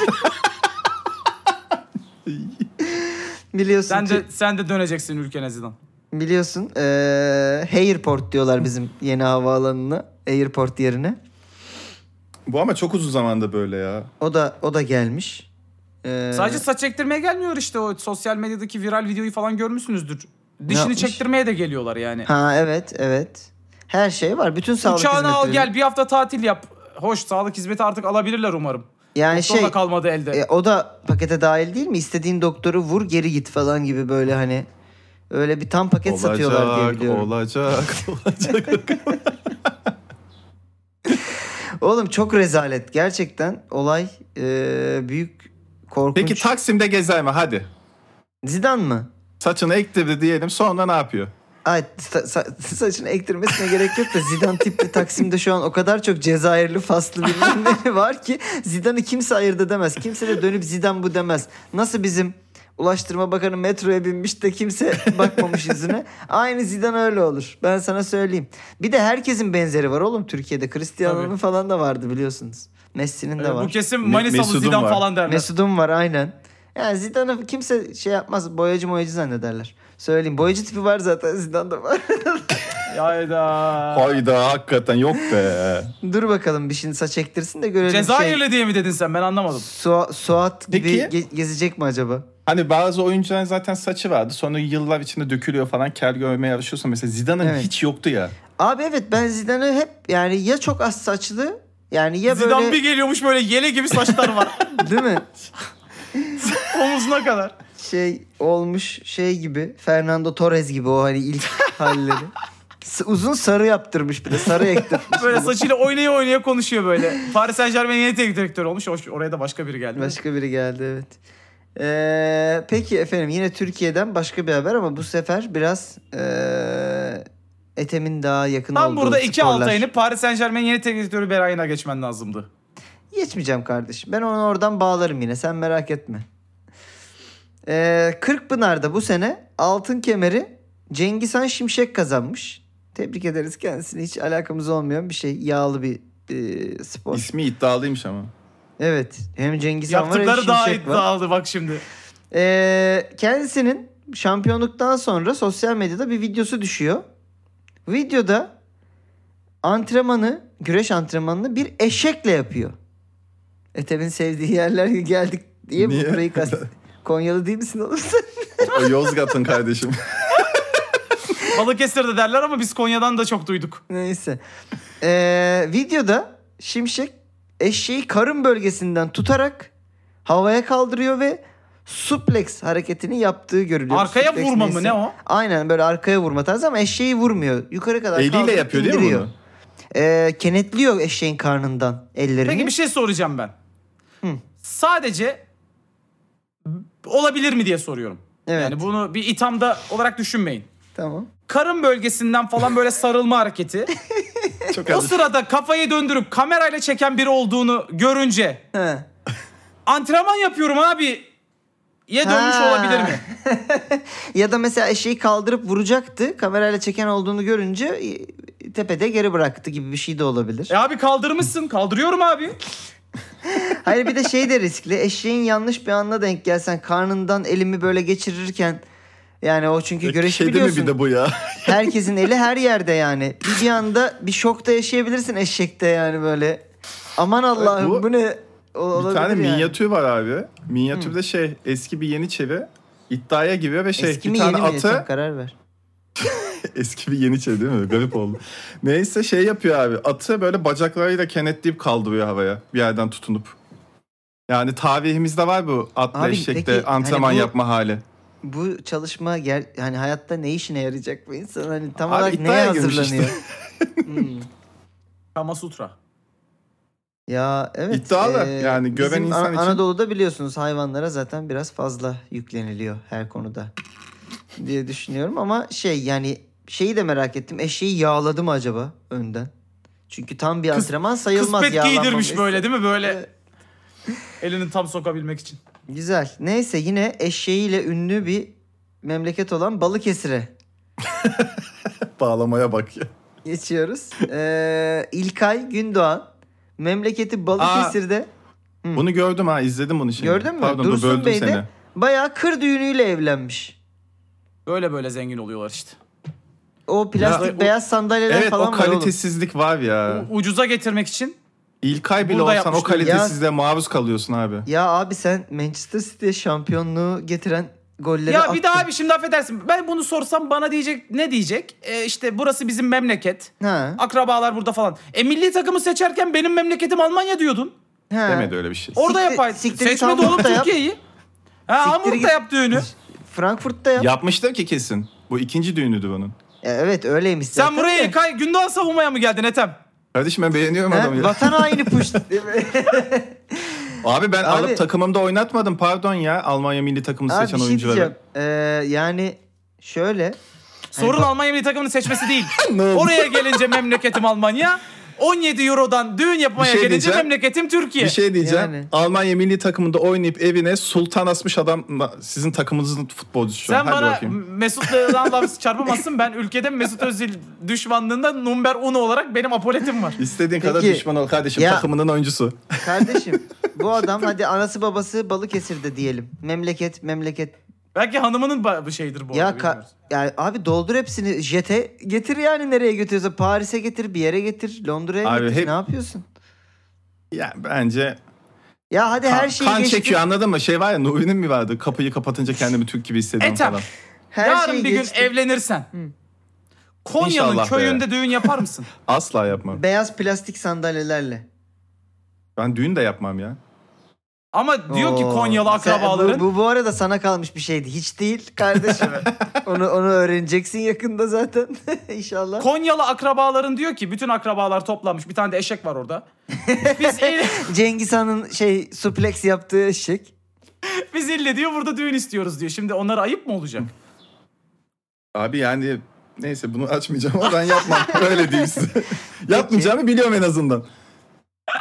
S1: Biliyorsun
S2: Sen
S1: ki-
S2: de sen de döneceksin ülkene Zidane.
S1: biliyorsun eee Airport diyorlar bizim yeni havaalanına. Airport yerine.
S3: Bu ama çok uzun zamanda böyle ya.
S1: O da o da gelmiş. Eee,
S2: Sadece saç çektirmeye gelmiyor işte o sosyal medyadaki viral videoyu falan görmüşsünüzdür. Dişini
S1: yapmış?
S2: çektirmeye de geliyorlar yani.
S1: Ha evet evet. Her şey var. Bütün sağlık
S2: Uçağını al
S1: hizmetleri.
S2: gel bir hafta tatil yap. Hoş sağlık hizmeti artık alabilirler umarım.
S1: Yani
S2: Doktor da
S1: şey
S2: kalmadı elde.
S1: E, o da pakete dahil değil mi? İstediğin doktoru vur geri git falan gibi böyle hani öyle bir tam paket satıyorlar diye
S3: Olacak,
S1: biliyorum.
S3: olacak, olacak.
S1: Oğlum çok rezalet gerçekten olay e, büyük korkunç.
S3: Peki Taksim'de gezer mi? Hadi.
S1: Zidane mı?
S3: Saçını ektirdi diyelim. Sonra ne yapıyor?
S1: Ay sa- sa- saçını ektirmesine gerek yok da Zidane tipli Taksim'de şu an o kadar çok Cezayirli faslı bilmem ne var ki Zidane'ı kimse ayırt edemez. Kimse de dönüp Zidane bu demez. Nasıl bizim Ulaştırma Bakanı metroya binmiş de kimse bakmamış yüzüne. Aynı Zidane öyle olur. Ben sana söyleyeyim. Bir de herkesin benzeri var oğlum Türkiye'de. Cristiano'nun
S2: Tabii.
S1: falan da vardı biliyorsunuz. Messi'nin de
S2: Ee,
S1: var.
S2: bu kesin
S3: Me-
S2: Manisalı
S3: Mesut'um
S2: Zidane
S3: var.
S2: falan derler.
S1: Mesut'um var aynen. Yani Zidane'ı kimse şey yapmaz. Boyacı boyacı zannederler. Söyleyeyim. Boyacı tipi var zaten. Zidane'da var.
S2: Hayda.
S3: Hayda hakikaten yok be.
S1: Dur bakalım bir şimdi saç ektirsin de görelim.
S2: Cezayirli
S1: Şey,
S2: diye mi dedin sen ben anlamadım.
S1: Su- Suat gibi
S3: Peki.
S1: ge- gezecek mi acaba?
S3: Hani bazı oyuncuların zaten saçı vardı. Sonra yıllar içinde dökülüyor falan. Kel görmeye alışıyorsun. Mesela Zidane'ın
S1: Evet.
S3: hiç yoktu ya.
S1: Abi evet ben Zidane'ı hep yani ya çok az saçlı yani ya
S2: Zidane
S1: böyle
S2: bir geliyormuş böyle yele gibi saçlar var.
S1: değil mi?
S2: Omuzuna kadar.
S1: Şey olmuş şey gibi Fernando Torres gibi o hani ilk halleri. S- Uzun sarı yaptırmış bir de sarı ektirmiş.
S2: Böyle saçıyla oynaya oynaya konuşuyor böyle. Paris Saint Germain'in yeni teknik direktörü olmuş. Hoş, oraya da başka biri geldi.
S1: Başka biri geldi evet. Ee, peki efendim yine Türkiye'den başka bir haber ama bu sefer biraz ee, etemin daha yakın
S2: Tam
S1: olduğu
S2: burada 2 alta
S1: sporlar.
S2: inip Paris Saint Germain'in yeni teknik direktörü Beray'ına geçmen lazımdı.
S1: Geçmeyeceğim kardeşim. Ben onu oradan bağlarım yine. Sen merak etme. Ee, Kırkpınar'da bu sene altın kemeri Cengizhan Şimşek kazanmış. Tebrik ederiz kendisini. Hiç alakamız olmayan bir şey. Yağlı bir e, spor.
S3: İsmi iddialıymış ama.
S1: Evet. Hem Cengizhan var hem
S2: Yaptıkları daha
S1: Şimşek var.
S2: iddialı bak şimdi.
S1: Ee, kendisinin şampiyonluktan sonra sosyal medyada bir videosu düşüyor. Videoda antrenmanı, güreş antrenmanını bir eşekle yapıyor. Etem'in sevdiği yerler geldik diye
S3: Niye?
S1: bu burayı kast. Konyalı değil misin oğlum sen?
S3: O Yozgat'ın kardeşim.
S2: Balıkesir'de derler ama biz Konya'dan da çok duyduk.
S1: Neyse. Ee, videoda Şimşek eşeği karın bölgesinden tutarak havaya kaldırıyor ve suplex hareketini yaptığı görülüyor.
S2: Arkaya
S1: Suplex
S2: vurma mı
S1: neyse.
S2: ne o?
S1: Aynen böyle arkaya vurma tarzı ama eşeği vurmuyor. Yukarı kadar
S3: Eliyle
S1: kaldırıp
S3: yapıyor değil mi
S1: indiriyor.
S3: bunu?
S1: Ee, kenetliyor eşeğin karnından ellerini.
S2: Peki bir şey soracağım ben.
S1: Hı.
S2: Sadece olabilir mi diye soruyorum.
S1: Evet.
S2: Yani bunu bir ithamda olarak düşünmeyin.
S1: Tamam.
S2: Karın bölgesinden falan böyle sarılma hareketi.
S3: Çok
S2: o
S3: az.
S2: sırada kafayı döndürüp kamerayla çeken biri olduğunu görünce
S1: He.
S2: antrenman yapıyorum abi. Ye dönmüş
S1: Ha.
S2: olabilir mi?
S1: Ya da mesela eşeği kaldırıp vuracaktı. Kamerayla çeken olduğunu görünce e, tepede geri bıraktı gibi bir şey de olabilir.
S2: E abi kaldırmışsın. Kaldırıyorum abi.
S1: Hayır bir de şey de riskli. Eşeğin yanlış bir anına denk gelsen karnından elimi böyle geçirirken yani o çünkü güreş
S3: Kedi mi
S1: biliyorsun.
S3: bir de bu ya?
S1: Herkesin eli her yerde yani. Bir, bir anda bir şokta yaşayabilirsin eşekte yani böyle. Aman Allah'ım bu,
S3: Bu-
S1: ne O- olabilir
S3: bir tane
S1: yani.
S3: minyatür var abi. Minyatürde şey eski bir yeniçeri iddiaya giriyor ve şey
S1: Eski
S3: bir
S1: mi
S3: tane
S1: yeni mi?
S3: atı
S1: Sen karar ver.
S3: eski bir yeniçeri değil mi? Garip oldu. Neyse şey yapıyor abi. Atı böyle bacaklarıyla kenetleyip kaldırıyor havaya bir yerden tutunup. Yani tarihimizde var bu atla
S1: Abi
S3: eşekte
S1: peki,
S3: antrenman
S1: hani bu-
S3: yapma hali.
S1: Bu çalışma gel yani hayatta ne işine yarayacak bu insan hani tam
S3: Abi
S1: olarak neye
S3: iddiaya girmiş
S1: hazırlanıyor? Hmm.
S2: Kama Sutra.
S1: Ya evet.
S3: İddialı.
S1: eee,
S3: Yani göven
S1: bizim
S3: insan
S1: An-
S3: için-
S1: Anadolu'da biliyorsunuz hayvanlara zaten biraz fazla yükleniliyor her konuda diye düşünüyorum ama şey yani şeyi de merak ettim. Eşeği yağladı mı acaba önden? Çünkü tam bir antrenman sayılmaz
S2: Kıspet
S1: yağlanmaması.
S2: giydirmiş böyle değil mi?
S1: Evet.
S2: Böyle elini tam sokabilmek için.
S1: Güzel. Neyse yine eşeğiyle ünlü bir memleket olan Balıkesir'e
S3: Bağlamaya bak ya.
S1: geçiyoruz. Ee, İlkay Gündoğan memleketi Balıkesir'de
S3: Bunu gördüm ha izledim bunu şimdi.
S1: Gördün mü?
S3: Pardon da
S1: Dursun
S3: böldüm
S1: Bey de
S3: seni.
S1: bayağı kır düğünüyle evlenmiş.
S2: Böyle böyle zengin oluyorlar işte.
S1: o plastik
S3: Ya, o-
S1: beyaz sandalyeler
S3: Evet
S1: falan
S3: o
S1: var oğlum.
S3: kalitesizlik var ya.
S2: U- ucuza getirmek için
S3: İlkay bile
S2: Burada
S3: olsan o
S2: yapmışlar.
S3: kalitesizliğe maruz kalıyorsun abi.
S1: Ya abi sen Manchester City'ye şampiyonluğu getiren golleri
S2: ya
S1: attın.
S2: bir daha abi şimdi affedersin. Ben bunu sorsam bana diyecek ne diyecek? Ee, işte burası bizim memleket.
S1: Ha.
S2: Akrabalar burada falan. E milli takımı seçerken benim memleketim Almanya diyordun.
S1: ha.
S3: Demedi öyle bir şey.
S2: Orada
S1: Siktir-
S2: yapaydın.
S1: siktir git
S2: Seçmedi oğlum
S1: Hamburg'da yap.
S2: Türkiye'yi. Ha
S1: Siktir
S2: Hamburg'da
S1: git.
S2: yap düğünü.
S1: Frankfurt'ta ya.
S3: Yapmıştır ki kesin. Bu ikinci düğünüdür onun.
S1: E, Evet öyleymiş zaten.
S2: Sen buraya
S1: de.
S2: İlkay Gündoğan savunmaya mı geldin Ethem?
S3: Kardeşim ben beğeniyorum
S1: Ha,
S3: adamı ya.
S1: Vatan haini push.
S3: Abi ben
S1: Abi-
S3: alıp takımımda oynatmadım pardon ya. Almanya milli takımını
S1: Abi
S3: seçen
S1: bir şey
S3: oyuncuları.
S1: diyeceğim. Ee, yani şöyle.
S2: Sorun
S1: bak-
S2: Almanya milli takımını seçmesi değil.
S3: Ne oldu?
S2: Oraya gelince memleketim Almanya. 17 Euro'dan düğün yapmaya
S3: Bir şey
S2: gelince
S3: diyeceğim.
S2: memleketim Türkiye.
S3: Bir şey diyeceğim.
S1: Yani.
S3: Almanya milli takımında oynayıp evine sultan asmış adam sizin takımınızın futbolcusu şu an.
S2: Sen
S3: Hadi
S2: bana
S3: bakayım.
S2: Mesut Özil'den çarpamazsın. Ben ülkede Mesut Özil düşmanlığında number 10 olarak benim apoletim var.
S3: İstediğin kadar
S1: Peki.
S3: düşman ol kardeşim
S1: Ya-
S3: takımının oyuncusu.
S1: Kardeşim bu adam hadi anası babası Balıkesir'de diyelim. Memleket memleket.
S2: Belki hanımının ba- bir şeydir bu
S1: ya
S2: arada.
S1: ka-
S2: bilmiyoruz.
S1: yani abi doldur hepsini jete getir yani nereye götürüyorsa Paris'e getir bir yere getir Londra'ya
S3: Abi
S1: getir
S3: hep-
S1: ne yapıyorsun?
S3: Ya bence
S1: Ya hadi her
S3: kan,
S1: şeyi
S3: kan
S1: geçtim.
S3: çekiyor anladın mı? Şey var ya Nuri'nin mi vardı? Kapıyı kapatınca kendimi Türk gibi hissediyorum
S2: Ethem.
S3: falan. şey
S1: Her şey
S2: Yarın
S1: şeyi
S2: bir gün
S1: geçtim.
S2: evlenirsen. Konya'nın
S3: İnşallah be.
S2: köyünde düğün yapar mısın?
S3: Asla yapmam.
S1: Beyaz plastik sandalyelerle.
S3: Ben düğün de yapmam ya.
S2: Ama diyor ki
S1: Oo.
S2: Konyalı
S1: Sen-
S2: akrabaların.
S1: Bu, bu, bu arada sana kalmış bir şeydi. Hiç değil kardeşim. onu onu öğreneceksin yakında zaten inşallah.
S2: Konyalı akrabaların diyor ki bütün akrabalar toplanmış. Bir tane de eşek var orada. Biz il,
S1: Cengiz Han'ın şey suplex yaptığı eşek.
S2: biz ille diyor burada düğün istiyoruz diyor. Şimdi onlara ayıp mı olacak?
S3: Abi yani neyse bunu açmayacağım ama ben yapmam. Öyle diyeyim size. Yapmayacağımı biliyorum en azından.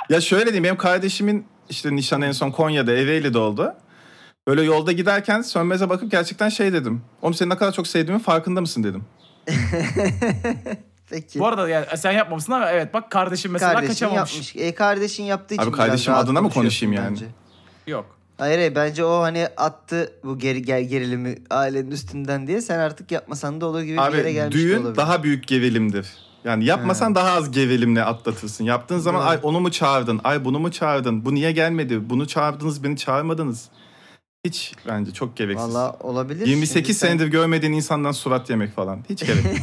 S3: Ya şöyle diyeyim benim kardeşimin işte nişan en son Konya'da Ereğli'de oldu. Böyle yolda giderken sönmeze bakıp gerçekten şey dedim. Oğlum seni ne kadar çok sevdiğimin farkında mısın dedim.
S1: Peki.
S2: Bu arada yani sen yapmamışsın ama evet bak kardeşim mesela
S1: kardeşin
S2: kaçamamış.
S1: yapmış. E kardeşin yaptığı için
S3: Abi
S1: biraz
S3: kardeşim
S1: rahat
S3: adına mı konuşayım
S1: konuşuyorsun
S3: yani?
S1: bence.
S2: Yok.
S1: Hayır hayır bence o hani attı bu geri gel gerilimi ailenin üstünden diye sen artık yapmasan da olur gibi bir yere
S3: Abi
S1: gelmiş de
S3: düğün
S1: olabilir.
S3: daha büyük gevelimdir. Yani yapmasan daha az gevelimle atlatırsın. Yaptığın zaman
S1: Doğru.
S3: ay onu mu çağırdın? Ay bunu mu çağırdın? Bu niye gelmedi? Bunu çağırdınız, beni çağırmadınız. Hiç bence çok gereksiz.
S1: Valla olabilir. Şimdi
S3: 28
S1: sen-
S3: senedir görmediğin insandan surat yemek falan. Hiç gerek yok.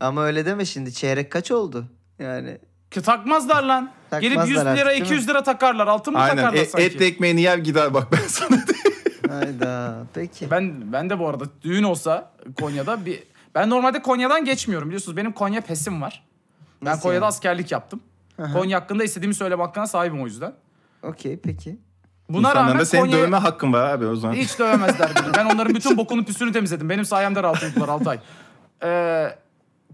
S1: Ama öyle deme şimdi çeyrek kaç oldu? Yani
S2: Ki takmazlar lan.
S1: Takmazlar
S2: Gelip 100
S1: artık,
S2: lira
S1: değil mi?
S2: 200 lira takarlar. Altın mı
S3: Aynen.
S2: takarlar
S3: E,
S2: sanki?
S3: etli ekmeğini yer gider bak ben sana diyeyim.
S1: hayda peki.
S2: Ben ben de bu arada düğün olsa Konya'da bir ben normalde Konya'dan geçmiyorum biliyorsunuz. Benim Konya pesim var. Ben
S1: Nasıl
S2: Konya'da
S1: yani?
S2: askerlik yaptım.
S1: Aha.
S2: Konya hakkında istediğimi söyleme hakkına sahibim o yüzden.
S1: Okey peki.
S2: Buna
S3: İnsanların
S2: rağmen
S3: da senin
S2: Konya'ya
S3: dövme hakkın var abi o zaman.
S2: hiç dövemezler beni. Ben onların bütün bokunu püsünü temizledim. Benim sayemde rahat uyudular 6 ay. Ee,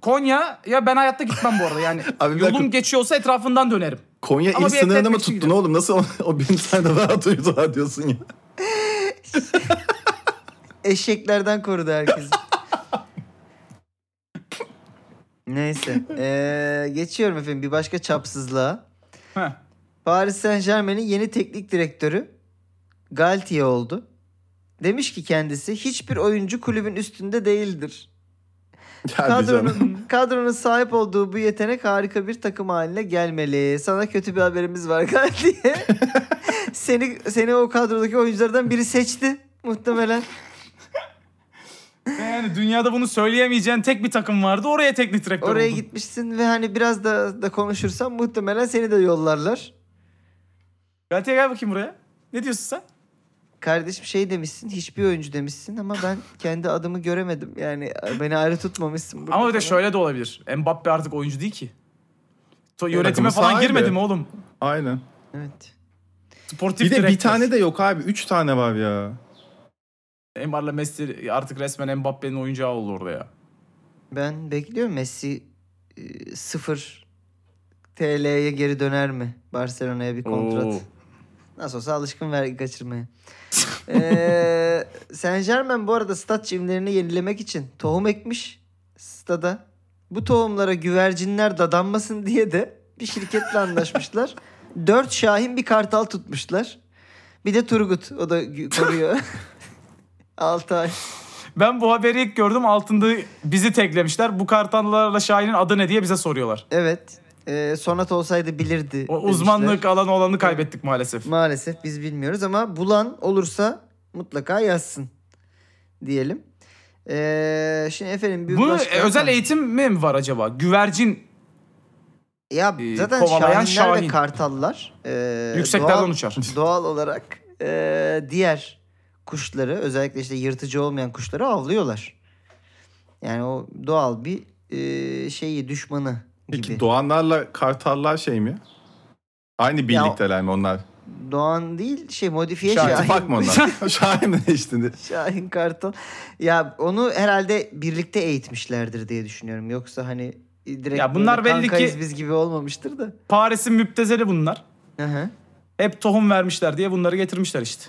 S2: Konya ya ben hayatta gitmem bu arada yani.
S3: Abi bir dakika.
S2: yolum geçiyorsa etrafından dönerim.
S3: Konya
S2: Ama
S3: il
S2: bir etli
S3: sınırını mı
S2: ekmek için
S3: tuttun
S2: gidiyor.
S3: oğlum? Nasıl o- o bin tane rahat uyudular diyorsun ya.
S1: Eşeklerden korudu herkesi. Neyse. Ee, geçiyorum efendim bir başka çapsızlığa.
S2: Heh.
S1: Paris Saint Germain'in yeni teknik direktörü Galtier oldu. Demiş ki kendisi hiçbir oyuncu kulübün üstünde değildir.
S3: Geldi canım.
S1: Kadronun, kadronun sahip olduğu bu yetenek harika bir takım haline gelmeli. Sana kötü bir haberimiz var Galtier. seni, seni o kadrodaki oyunculardan biri seçti muhtemelen.
S2: Yani dünyada bunu söyleyemeyeceğin tek bir takım vardı. Oraya teknik direktör
S1: Oraya
S2: oldun.
S1: gitmişsin ve hani biraz da, da konuşursan muhtemelen seni de yollarlar.
S2: Galatasaray gel bakayım buraya. Ne diyorsun sen?
S1: Kardeşim şey demişsin hiçbir oyuncu demişsin ama ben kendi adımı göremedim. Yani beni ayrı tutmamışsın. burada
S2: Ama bir de
S1: falan.
S2: şöyle de olabilir. Mbappe artık oyuncu değil ki. To- yönetime
S3: takımın
S2: falan
S3: sahibi.
S2: girmedi mi oğlum?
S3: Aynen.
S1: Evet.
S2: Sportif
S3: Bir de bir
S2: direktör.
S3: tane de yok abi. Üç tane var ya.
S2: Neymar'la Messi artık resmen Mbappe'nin oyuncağı oldu orada ya.
S1: Ben bekliyorum Messi e, sıfır TL'ye geri döner mi? Barcelona'ya bir kontrat.
S2: Oo.
S1: Nasıl olsa alışkın vergi kaçırmaya. ee, Saint Germain bu arada stat çimlerini yenilemek için tohum ekmiş stada. Bu tohumlara güvercinler dadanmasın diye de bir şirketle anlaşmışlar. Dört şahin bir kartal tutmuşlar. Bir de Turgut o da gü- koruyor. 6 ay.
S2: Ben bu haberi ilk gördüm altında bizi teklemişler. Bu kartallarla Şahin'in adı ne diye bize soruyorlar.
S1: Evet. Ee, Sonat olsaydı bilirdi.
S2: O
S1: demişler.
S2: uzmanlık alanı olanı kaybettik maalesef.
S1: Maalesef biz bilmiyoruz ama bulan olursa mutlaka yazsın diyelim. Ee, şimdi efendim bir
S2: Bunu
S1: başka-
S2: e, özel eğitim mi var acaba? Güvercin
S1: ya
S2: e,
S1: zaten
S2: kovalayan
S1: şahinler
S2: şahin.
S1: ve kartallar e,
S2: Yükseklerden
S1: doğal-
S2: uçar.
S1: Doğal olarak e, diğer kuşları özellikle işte yırtıcı olmayan kuşları avlıyorlar. Yani o doğal bir e, şeyi düşmanı gibi.
S3: Peki Doğanlarla Kartallar şey mi? Aynı birlikteler mi onlar?
S1: Doğan değil şey modifiye
S3: Şahin.
S1: şahin.
S3: Şahin. mı onlar? Şahin mi değişti?
S1: Şahin Kartal. Ya onu herhalde birlikte eğitmişlerdir diye düşünüyorum. Yoksa hani direkt
S2: Ya bunlar
S1: böyle
S2: belli ki-
S1: kankayız biz gibi olmamıştır da.
S2: Paris'in müptezeli bunlar.
S1: Hı hı.
S2: Hep tohum vermişler diye bunları getirmişler işte.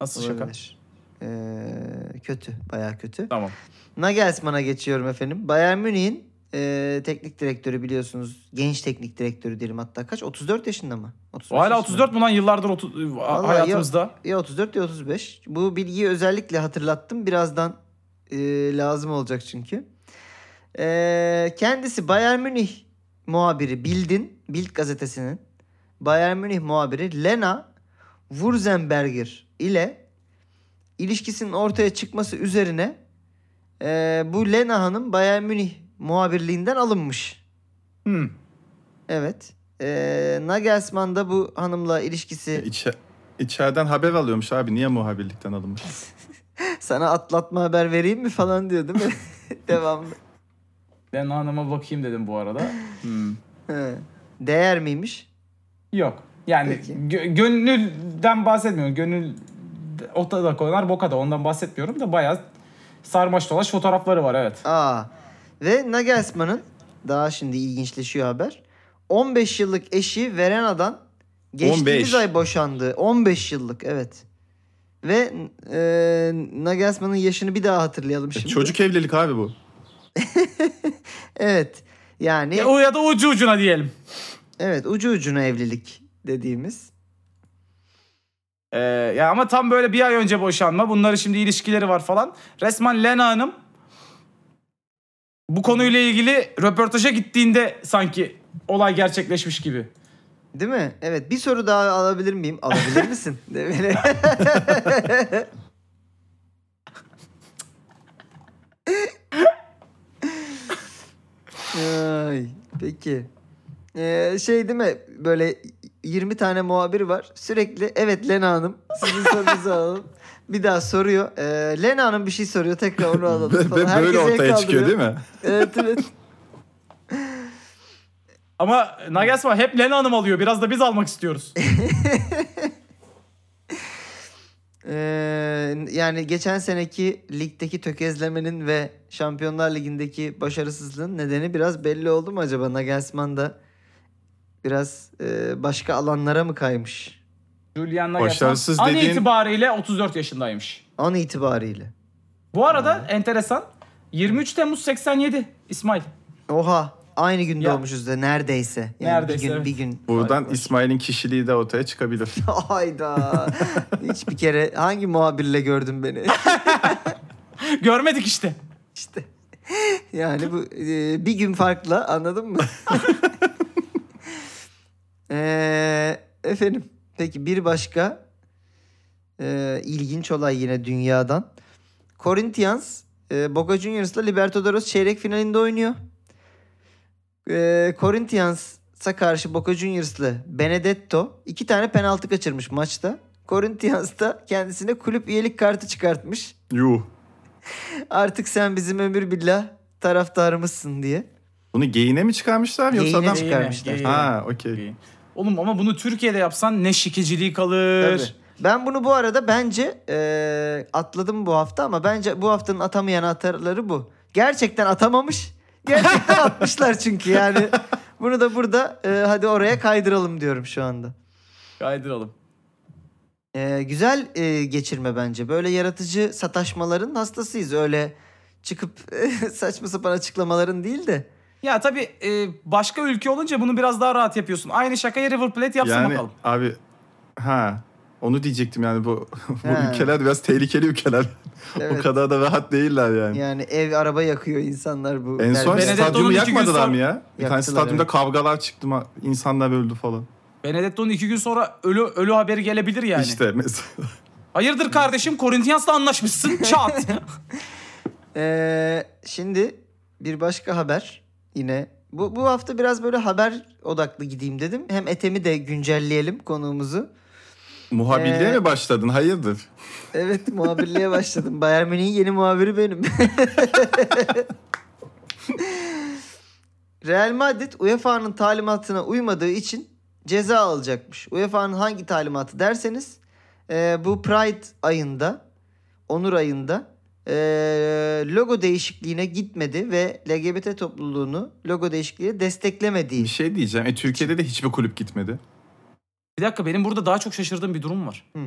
S2: Nasıl şaka?
S1: Olabilir. Ee, kötü. Bayağı kötü.
S2: Tamam.
S1: Nagelsmann'a geçiyorum efendim. Bayern Münih'in e, teknik direktörü biliyorsunuz. Genç teknik direktörü diyelim hatta kaç? 34 yaşında mı? 35
S2: O hala
S1: yaşında
S2: 34 mu lan yıllardır otu-
S1: Vallahi
S2: hayatımızda?
S1: Ya 34 ya 35. E Bu bilgiyi özellikle hatırlattım. Birazdan e, lazım olacak çünkü. E, kendisi Bayern Münih muhabiri Bildin, Bild gazetesinin Bayern Münih muhabiri Lena Wurzenberger ile ilişkisinin ortaya çıkması üzerine e, bu Lena Hanım Bayern Münih muhabirliğinden alınmış.
S2: Hmm.
S1: Evet. E, Nagelsmann da bu hanımla ilişkisi
S3: İçe, içeriden haber alıyormuş abi. Niye muhabirlikten alınmış?
S1: sana atlatma haber vereyim mi falan diyor değil mi? Devamlı.
S2: Ben hanıma bakayım dedim bu arada. Hmm.
S1: He. Değer miymiş?
S2: Yok. Yani
S1: Peki.
S2: gö- gönülden bahsetmiyorum. Gönül ota da konar boka da ondan bahsetmiyorum da bayağı sarmaş dolaş fotoğrafları var evet.
S1: Aa. Ve Nagelsmann'ın daha şimdi ilginçleşiyor haber. 15 yıllık eşi Verena'dan geçtiğimiz
S3: 15.
S1: ay boşandı. 15 yıllık evet. Ve e, Nagelsmann'ın yaşını bir daha hatırlayalım
S3: E,
S1: şimdi.
S3: Çocuk evlilik abi bu.
S1: Evet. Yani
S2: Ya, o ya da ucu ucuna diyelim.
S1: evet ucu ucuna evlilik dediğimiz.
S2: Ee, ya ama tam böyle bir ay önce boşanma. Bunların şimdi ilişkileri var falan. Resmen Lena Hanım bu konuyla ilgili röportaja gittiğinde sanki olay gerçekleşmiş gibi.
S1: Değil mi? Evet. Bir soru daha alabilir miyim? Alabilir misin? Demeli. Ay, peki. Ee, şey değil mi? Böyle 20 tane muhabir var. Sürekli evet Lena Hanım sizin sorunuzu alalım. Bir daha soruyor. Ee, Lena Hanım bir şey soruyor. Tekrar onu alalım.
S3: Ve, ve
S1: falan. Herkes
S3: böyle
S1: el
S3: ortaya
S1: kaldırıyor.
S3: çıkıyor değil mi?
S1: Evet evet.
S2: Ama Nagelsmann hep Lena Hanım alıyor. Biraz da biz almak istiyoruz.
S1: Ee, yani geçen seneki ligdeki tökezlemenin ve Şampiyonlar Ligi'ndeki başarısızlığın nedeni biraz belli oldu mu acaba? Nagelsmann da biraz e, başka alanlara mı kaymış?
S2: Julian Nagelsmann
S3: Başarısız
S2: an
S3: dediğin-
S2: itibariyle 34 yaşındaymış.
S1: An itibariyle.
S2: Bu arada enteresan 23 Temmuz 87 İsmail.
S1: Oha aynı gün
S2: Ya.
S1: doğmuşuz da neredeyse. Yani
S2: Neredeyse,
S1: Bir gün,
S2: evet.
S1: bir gün
S3: Buradan
S1: fark var.
S3: İsmail'in kişiliği de ortaya çıkabilir.
S1: Hayda. Hiçbir kere hangi muhabirle gördün beni?
S2: Görmedik işte.
S1: İşte. Yani bu e, bir gün farkla anladın mı? Eee, E, efendim. Peki bir başka e, ilginç olay yine dünyadan. Corinthians e, Boca Juniors'la Libertadores çeyrek finalinde oynuyor. E, Corinthians'a karşı Boca Juniors'lı Benedetto iki tane penaltı kaçırmış maçta. Corinthians da kendisine kulüp üyelik kartı çıkartmış
S3: Yuh.
S1: artık sen bizim ömür billah taraftarımızsın diye.
S3: Bunu geyine mi çıkarmışlar yoksa
S1: Geyine
S3: adam...
S1: çık- Çıkarmışlar.
S2: Yine, yine.
S3: Ha okey.
S2: Oğlum ama bunu Türkiye'de yapsan ne şikeciliği kalır.
S1: Tabii. Ben bunu bu arada bence eee, atladım bu hafta ama bence bu haftanın atamayan atarları bu. Gerçekten atamamış. Gerçekten atmışlar çünkü yani. Bunu da burada eee, hadi oraya kaydıralım diyorum şu anda.
S2: Kaydıralım.
S1: Ee, güzel e, geçirme bence. Böyle yaratıcı sataşmaların hastasıyız. Öyle çıkıp saçma sapan açıklamaların değil de.
S2: Ya tabii e, başka ülke olunca bunu biraz daha rahat yapıyorsun. Aynı şakayı River Plate yapsın
S3: Yani
S2: bakalım.
S3: abi ha Onu diyecektim yani bu, bu
S1: He.
S3: ülkeler biraz tehlikeli ülkeler.
S1: Evet.
S3: o kadar da rahat değiller yani.
S1: Yani ev araba yakıyor insanlar bu.
S3: en son
S1: derbest-
S2: Benedetto'nun
S3: stadyumu
S2: iki gün
S3: yakmadılar
S2: sonra-
S3: mı ya? Bir tane
S1: Yaktılar,
S3: stadyumda
S1: evet.
S3: kavgalar çıktı mı? insanlar öldü falan.
S2: Benedetto'nun iki gün sonra ölü ölü haberi gelebilir yani.
S3: İşte mesela.
S2: Hayırdır kardeşim Korintiyas'la anlaşmışsın çat.
S1: Ee, şimdi bir başka haber yine. Bu, bu hafta biraz böyle haber odaklı gideyim dedim. Hem Etem'i de güncelleyelim konuğumuzu.
S3: Muhabirliğe
S1: Ee,
S3: mi başladın? Hayırdır?
S1: Evet muhabirliğe başladım. Bayern Münih'in yeni muhabiri benim. Real Madrid UEFA'nın talimatına uymadığı için ceza alacakmış. UEFA'nın hangi talimatı derseniz e, bu Pride ayında, Onur ayında e, logo değişikliğine gitmedi ve LGBT topluluğunu logo değişikliğiyle desteklemediği.
S3: Bir şey diyeceğim. E, Türkiye'de de hiçbir kulüp gitmedi.
S2: bir dakika benim burada daha çok şaşırdığım bir durum var.
S1: Hı.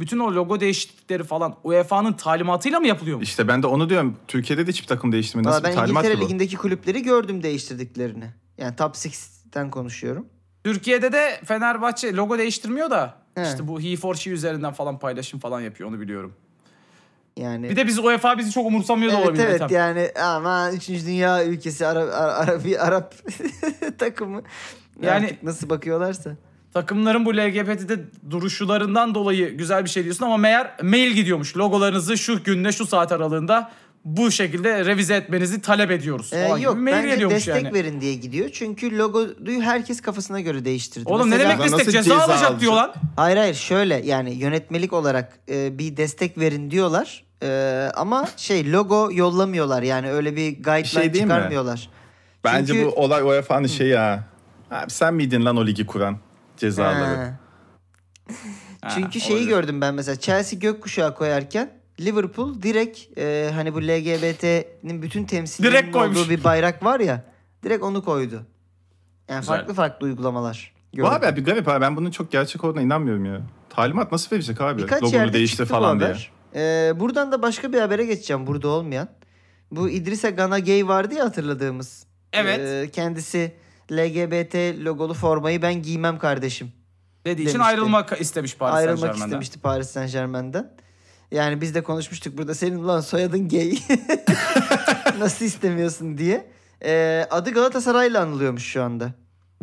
S2: Bütün o logo değişiklikleri falan UEFA'nın talimatıyla mı yapılıyor?
S3: İşte ben de onu diyorum. Türkiye'de de hiçbir takım değiştirmedi.
S1: Valla
S3: Nasıl
S1: ben
S3: bir talimat ki
S1: İngiltere
S3: bu?
S1: Ligi'ndeki kulüpleri gördüm değiştirdiklerini. Yani Top 6'ten konuşuyorum.
S2: Türkiye'de de Fenerbahçe logo değiştirmiyor da
S1: He.
S2: işte bu he for she üzerinden falan paylaşım falan yapıyor onu biliyorum.
S1: Yani
S2: Bir de biz UEFA bizi çok umursamıyor da
S1: Evet
S2: olabilir.
S1: evet
S2: Ethem.
S1: yani ama 3. dünya ülkesi Arap Arabi Arap takımı yani
S2: Yani-
S1: Artık nasıl bakıyorlarsa.
S2: Takımların bu LGBT'de duruşularından dolayı güzel bir şey diyorsun ama meğer mail gidiyormuş. Logolarınızı şu günle şu saat aralığında bu şekilde revize etmenizi talep ediyoruz.
S1: Ee,
S2: falan gibi
S1: yok
S2: bir mail
S1: bence
S2: geliyormuş
S1: destek
S2: yani.
S1: verin diye gidiyor. Çünkü logoyu herkes kafasına göre değiştirdi.
S2: Oğlum ne
S1: Mesela-
S2: demek destek
S3: Nasıl
S2: ceza,
S3: ceza
S2: alacak
S3: alacak?
S2: diyor lan.
S1: Hayır hayır şöyle yani yönetmelik olarak e, bir destek verin diyorlar. E, ama şey logo yollamıyorlar yani öyle bir guideline
S3: şey diyeyim mi?
S1: çıkarmıyorlar.
S3: Bence
S1: Çünkü-
S3: bu olay UEFA'nın şeyi ya. Abi sen miydin lan o ligi kuran? Cezaları.
S1: Ha.
S2: Ha,
S1: Çünkü şeyi
S2: olabilir.
S1: gördüm ben mesela Chelsea gökkuşağı koyarken Liverpool direkt e, hani bu LGBT'nin bütün temsilcilerinin
S2: Direkt koymuş.
S1: olduğu bir bayrak var ya direkt onu koydu. Yani
S2: Güzel.
S1: farklı farklı uygulamalar.
S3: Bu
S1: gördüm.
S3: haber bir garip abi. Ben bunun çok gerçek olduğuna inanmıyorum ya. Talimat nasıl verecek abi?
S1: Birkaç
S3: Logonu
S1: yerde
S3: değişti
S1: çıktı
S3: falan
S1: bu
S3: diye.
S1: haber. E, buradan da başka bir habere geçeceğim burada olmayan. Bu İdrisa Gana Gay vardı ya hatırladığımız.
S2: Evet.
S1: E, kendisi LGBT logolu formayı ben giymem kardeşim.
S2: Dediği için
S1: demişti.
S2: ayrılmak istemiş Paris
S1: ayrılmak
S2: Saint-Germain'den.
S1: istemişti Paris Saint Germain'den. Yani biz de konuşmuştuk burada senin lan soyadın gay. Nasıl istemiyorsun diye. Ee, adı Galatasaray'la anılıyormuş şu anda.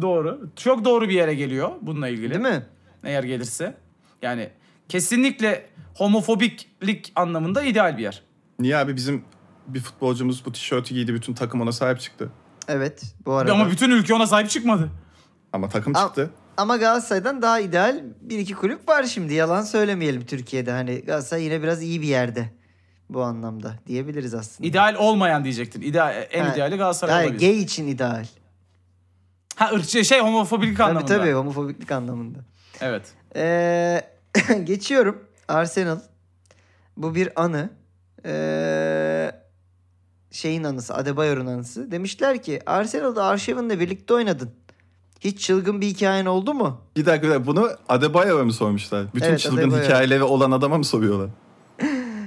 S2: Doğru. Çok doğru bir yere geliyor bununla ilgili.
S1: Değil mi?
S2: Eğer gelirse. Yani kesinlikle homofobiklik anlamında ideal bir yer.
S3: Niye abi bizim bir futbolcumuz bu tişörtü giydi bütün takım ona sahip çıktı.
S1: Evet bu arada.
S2: Ama
S1: Ama,
S2: bütün ülke ona sahip çıkmadı.
S3: Ama takım
S1: Al-
S3: çıktı.
S1: Galatasaray'dan daha ideal bir iki kulüp var şimdi. Yalan söylemeyelim Türkiye'de. Hani Galatasaray yine biraz iyi bir yerde bu anlamda diyebiliriz aslında.
S2: İdeal olmayan diyecektin. İdeal, en
S1: Ha.
S2: ideali Galatasaray
S1: Hayır,
S2: olabilir.
S1: gay için ideal.
S2: Ha ırkçı şey homofobik
S1: Tabii
S2: anlamında.
S1: tabii homofobiklik anlamında.
S2: Evet.
S1: Ee, geçiyorum. Arsenal. Bu bir anı. Ee, şeyin anısı. Adebayor'un anısı. Demişler ki Arsenal'da Arşivin'le birlikte oynadın. Hiç çılgın bir hikayen oldu mu?
S3: Bir dakika, bir dakika. bunu Adebayo'ya mı sormuşlar? Bütün
S1: Evet,
S3: çılgın
S1: Adebayo.
S3: hikayeleri olan adama mı soruyorlar?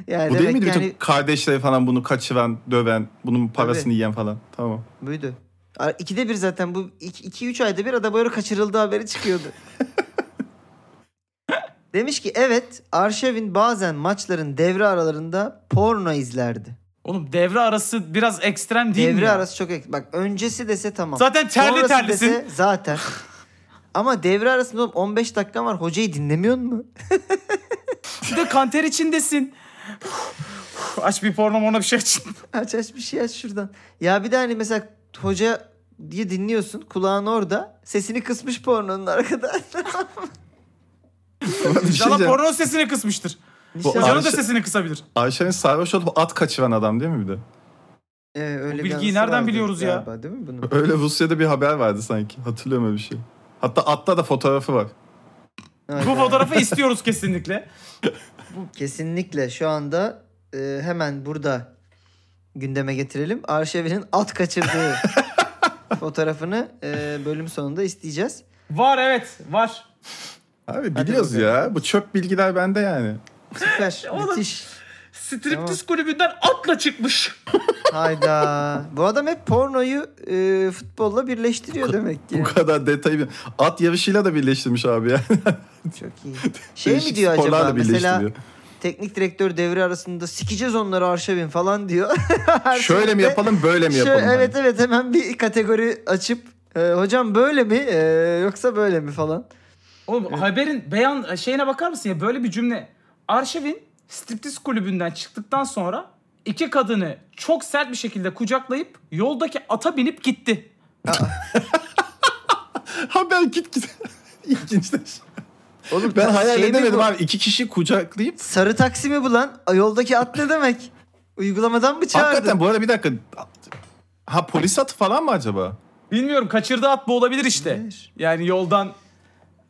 S1: Yani
S3: bu değil
S1: demek
S3: miydi
S1: yani
S3: bütün kardeşleri falan bunu kaçıran, döven, bunun parasını
S1: Tabii.
S3: yiyen falan? Tamam.
S1: buydu. Ar- İkide bir zaten bu 2-3 ayda bir Adebayor kaçırıldığı haberi çıkıyordu. Demiş ki evet Arşevin bazen maçların devre aralarında porno izlerdi.
S2: Oğlum devre arası biraz ekstrem değil mi?
S1: Devre
S2: ya?
S1: arası çok ek. Bak öncesi dese tamam.
S2: Zaten terli
S1: Sonrası
S2: terlisin.
S1: dese zaten. Ama devre arasında oğlum 15 dakikan var. Hocayı dinlemiyor mu?
S2: Bir de kanter içindesin. Aç bir porno morno bir şey aç.
S1: aç aç bir şey aç şuradan. Ya bir de hani mesela hoca diye dinliyorsun. Kulağın orada. Sesini kısmış pornonun arkada.
S3: bir şey
S2: İnşallah
S3: diyeceğim.
S2: porno sesini kısmıştır.
S1: Nişan-
S3: Bu
S2: Hocanın da
S3: Ayşe-
S2: sesini kısabilir.
S3: Ayşe'nin sarhoş olup at kaçıran adam değil mi bir de?
S1: Ee, öyle
S2: Bu
S1: bir
S2: bilgiyi
S1: anısı
S2: nereden
S1: vardı
S2: biliyoruz ya?
S1: galiba, Değil mi bunu?
S3: Öyle Rusya'da bir haber vardı sanki. Hatırlıyorum öyle bir şey. Hatta atta da fotoğrafı var.
S2: Bu fotoğrafı istiyoruz kesinlikle.
S1: Kesinlikle şu anda e, hemen burada gündeme getirelim. Arşevin'in at kaçırdığı fotoğrafını e, bölüm sonunda isteyeceğiz.
S2: Var evet var.
S3: Abi biliyoruz
S1: bakalım.
S3: ya. Bu çöp bilgiler bende yani.
S1: Süper,
S2: Oğlum.
S1: müthiş.
S4: Striptiz kulübünden atla çıkmış.
S1: Hayda. Bu adam hep pornoyu e, futbolla birleştiriyor demek ki.
S3: Bu kadar detayı bir... At yarışıyla da birleştirmiş abi ya.
S1: Çok iyi. Şey mi
S3: Değişik
S1: diyor
S3: sporlarla
S1: acaba mesela
S3: birleştiriyor.
S1: teknik direktör devre arasında sikeceğiz onları Arşavin falan diyor. Her
S3: Şöyle mi
S1: seferinde
S3: yapalım böyle mi
S1: şöyle-
S3: yapalım? Hani
S1: evet evet hemen bir kategori açıp e, hocam böyle mi e, yoksa böyle mi falan.
S2: Oğlum haberin beyan e, şeyine bakar mısın ya böyle bir cümle. Arşivin striptiz kulübünden çıktıktan sonra iki kadını çok sert bir şekilde kucaklayıp yoldaki ata binip gitti.
S3: Haber git git. İlginçleş.
S1: Oğlum
S3: Ben
S1: ta-
S3: hayal
S1: şey mi
S3: edemedim
S1: bu?
S3: abi. İki kişi kucaklayıp
S1: Sarı taksi mi bu lan? Ay, Yoldaki at ne demek? Uygulamadan mı çağırdın?
S3: Hakikaten bu arada bir dakika. Ha polis atı falan mı acaba?
S2: Bilmiyorum kaçırdığı at bu olabilir işte.
S1: Olabilir.
S2: Yani yoldan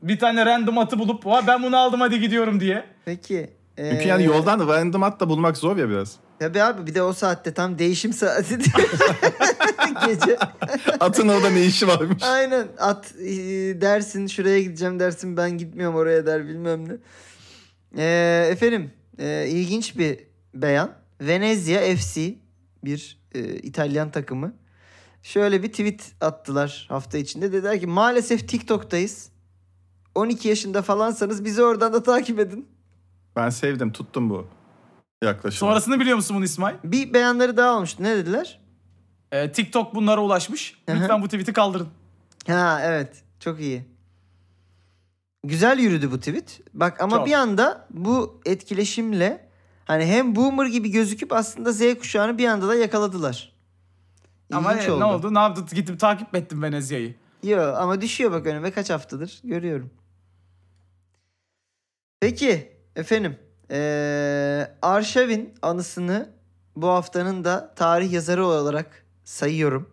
S2: bir tane random atı bulup "Vay ben bunu aldım hadi gidiyorum diye.
S1: Peki. e,
S3: Çünkü yani yoldan random at da bulmak zor ya biraz.
S1: Tabii abi bir de o saatte tam değişim saati. Gece.
S3: Atın orada ne işi varmış?
S1: Aynen at e, dersin şuraya gideceğim dersin ben gitmiyorum oraya der bilmem ne. Ee, efendim e, ilginç bir beyan. Venezia FC bir e, İtalyan takımı. Şöyle bir tweet attılar hafta içinde. Dediler ki maalesef TikTok'tayız. 12 yaşında falansanız bizi oradan da takip edin.
S3: Ben sevdim tuttum bu yaklaşımı.
S2: Sonrasını biliyor musun bunu İsmail?
S1: Bir beyanları daha olmuştu. Ne dediler?
S2: Ee, TikTok bunlara ulaşmış.
S1: Hı hı.
S2: Lütfen bu tweet'i kaldırın.
S1: Ha evet çok iyi. Güzel yürüdü bu tweet. Bak ama
S2: Çok.
S1: bir anda bu etkileşimle hani hem boomer gibi gözüküp aslında Z kuşağını bir anda da yakaladılar.
S2: Ama
S1: İlginç
S2: e, ne oldu? Ne yaptı? Gittim takip mi ettim Venezia'yı.
S1: Yo ama düşüyor bak önüme kaç haftadır görüyorum. Peki efendim ee, Arşavin anısını bu haftanın da tarih yazarı olarak sayıyorum.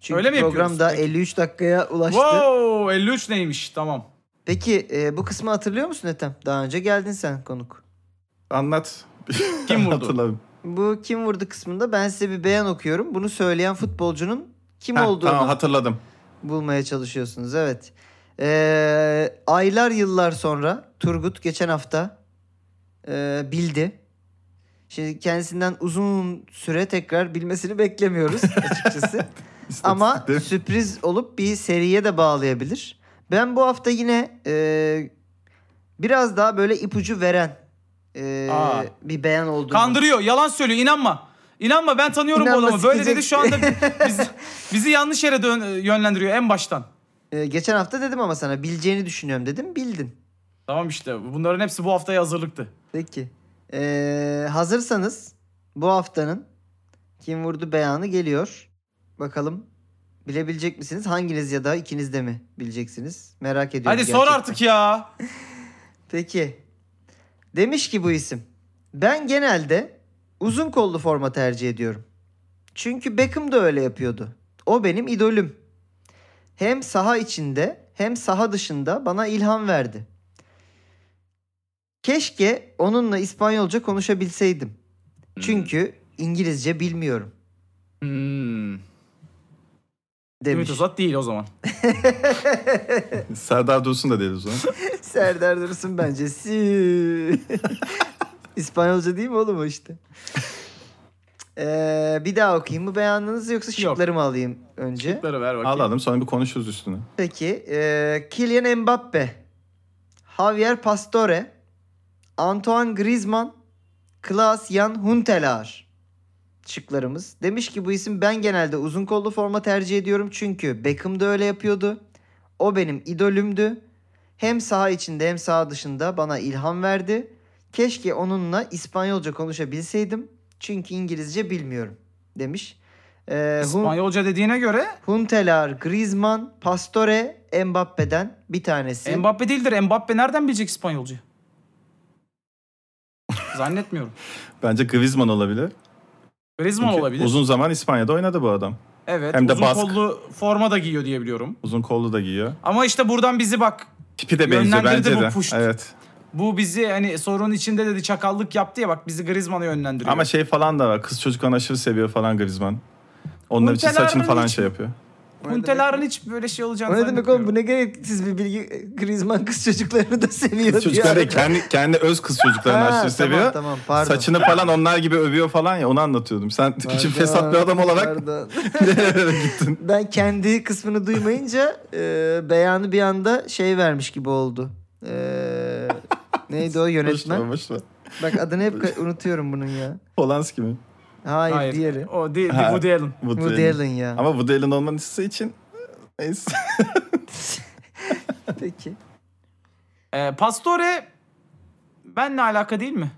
S1: Çünkü
S2: Öyle mi
S1: program
S2: yapıyoruz?
S1: da
S2: Peki.
S1: 53 dakikaya ulaştı.
S2: Wow 53 neymiş tamam.
S1: Peki e, bu kısmı hatırlıyor musun Ethem? Daha önce geldin sen konuk.
S3: Anlat.
S2: Kim vurdu?
S3: Hatırladım.
S1: Bu kim vurdu kısmında ben size bir beyan okuyorum. Bunu söyleyen futbolcunun kim
S3: Heh,
S1: olduğunu
S3: Tamam hatırladım.
S1: bulmaya çalışıyorsunuz. Evet. E, aylar yıllar sonra Turgut geçen hafta e, bildi. Şimdi kendisinden uzun süre tekrar bilmesini beklemiyoruz açıkçası. Ama
S3: İstatistikleri.
S1: sürpriz olup bir seriye de bağlayabilir. Ben bu hafta yine e, biraz daha böyle ipucu veren e,
S2: Aa.
S1: bir beyan olduğunu.
S2: Kandırıyor, yalan söylüyor. inanma. İnanma ben tanıyorum bu
S1: İnanma,
S2: adamı. Böyle
S1: sikecek.
S2: dedi şu anda bizi, bizi yanlış yere dön- yönlendiriyor en baştan.
S1: E, geçen hafta dedim ama sana bileceğini düşünüyorum dedim. Bildin.
S2: Tamam işte bunların hepsi bu haftaya hazırlıktı.
S1: Peki. E, hazırsanız bu haftanın kim vurdu beyanı geliyor. Bakalım bilebilecek misiniz? Hanginiz ya da ikiniz de mi bileceksiniz? Merak ediyorum.
S2: Hadi sor
S1: gerçekten.
S2: artık ya.
S1: Peki. Demiş ki bu isim. Ben genelde uzun kollu forma tercih ediyorum. Çünkü Beckham da öyle yapıyordu. O benim idolüm. Hem saha içinde hem saha dışında bana ilham verdi. Keşke onunla İspanyolca konuşabilseydim. Çünkü İngilizce bilmiyorum
S2: Hmm.
S1: demiş.
S2: Ümit Özat değil o zaman.
S3: Serdar Dursun da deriz ona.
S1: Serdar Dursun bence. Sü. İspanyolca değil mi oğlum o işte? Ee, bir daha okuyayım mı beyanınızı yoksa şıkları mı alayım önce?
S2: Ver ver bakayım.
S3: Alalım sonra bir konuşuruz üstüne.
S1: Peki. ee, Kylian Mbappe, Javier Pastore, Antoine Griezmann, Klaas-Jan Huntelaar şıklarımız. Demiş ki bu isim ben genelde uzun kollu forma tercih ediyorum çünkü Beckham da öyle yapıyordu. O benim idolümdü. Hem saha içinde hem saha dışında bana ilham verdi. Keşke onunla İspanyolca konuşabilseydim. Çünkü İngilizce bilmiyorum demiş. Ee, Hun-
S2: İspanyolca dediğine göre
S1: Huntelar, Griezmann, Pastore, Mbappe'den bir tanesi.
S2: Mbappe değildir. Mbappe nereden bilecek İspanyolca? Zannetmiyorum.
S3: Bence Griezmann olabilir.
S2: Griezmann
S3: Çünkü
S2: olabilir.
S3: Uzun zaman İspanya'da oynadı bu adam.
S2: evet.
S3: hem de
S2: uzun
S3: Bask.
S2: kollu forma da giyiyor diye biliyorum.
S3: Uzun kollu da giyiyor.
S2: Ama işte buradan bizi bak
S3: Tipi de benziyor
S2: Yönlendirdi
S3: bence
S2: bu
S3: de.
S2: puşt.
S3: Evet.
S2: Bu bizi hani sorunun içinde dedi çakallık yaptı ya bak bizi Griezmann'a yönlendiriyor.
S3: Ama şey falan da var. Kız çocuklarını aşırı seviyor falan Griezmann. Onlar için
S2: Huntelar'ın
S3: saçını falan
S2: için-
S3: şey yapıyor.
S2: Kuntelaar'ın hiç böyle şey olacağını
S1: O ne demek oğlum
S2: zannetmiyorum.
S1: bu ne gereksiz bir bilgi. Griezmann kız çocuklarını da seviyor. diyor.
S3: Çocuklar da kendi, kendi öz kız çocuklarını
S1: Ha,
S3: aşırı
S1: tamam,
S3: seviyor.
S1: tamam, pardon.
S3: Saçını falan onlar gibi övüyor falan ya onu anlatıyordum. Sen şimdi fesat bir adam olarak
S1: Pardon.
S3: nerelere gittin?
S1: Ben kendi kısmını duymayınca e, beyanı bir anda şey vermiş gibi oldu. E, neydi o
S3: Boş ver,
S1: yönetmen?
S3: boş ver.
S1: Bak adını hep ka- unutuyorum bunun ya.
S3: Polanski mi?
S1: Hayır,
S2: Hayır.
S1: diğeri.
S2: O değil.
S3: Ha.
S2: Woody Allen.
S1: Woody Allen ya.
S3: Ama Woody Allen olmanızı için e, neyse.
S1: Peki.
S2: Ee, Pastore benle alaka değil mi?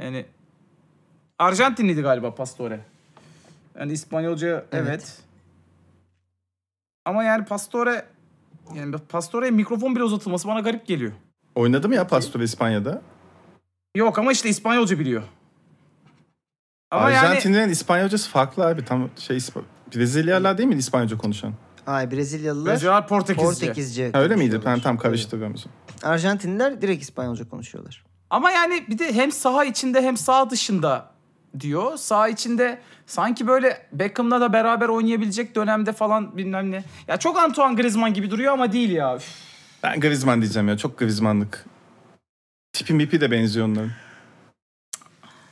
S2: Yani Arjantinliydi galiba Pastore. Yani İspanyolca evet. Ama yani Pastore yani Pastore'ye mikrofon bile uzatılması bana garip geliyor.
S3: Oynadı mı ya Pastor İspanya'da?
S2: Yok ama işte İspanyolca biliyor. Ama yani
S3: Arjantin'in İspanyolcası farklı abi. Tam şey İsp- Brezilyalılar değil mi İspanyolca konuşan?
S1: Hayır Brezilyalılar
S2: Brezilyalar Portekizce.
S1: Portekizce.
S3: Ha, öyle miydi?
S1: konuşuyorlar.
S3: Ben tam karıştırıyorum.
S1: Evet. Arjantinliler direkt İspanyolca konuşuyorlar.
S2: Ama yani bir de hem saha içinde hem saha dışında diyor. Saha içinde sanki böyle Beckham'la da beraber oynayabilecek dönemde falan bilmem ne. Ya çok Antoine Griezmann gibi duruyor ama değil ya. Üf.
S3: Ben Griezmann diyeceğim ya. Çok Griezmann'lık. Tipi mipi de benziyor onların.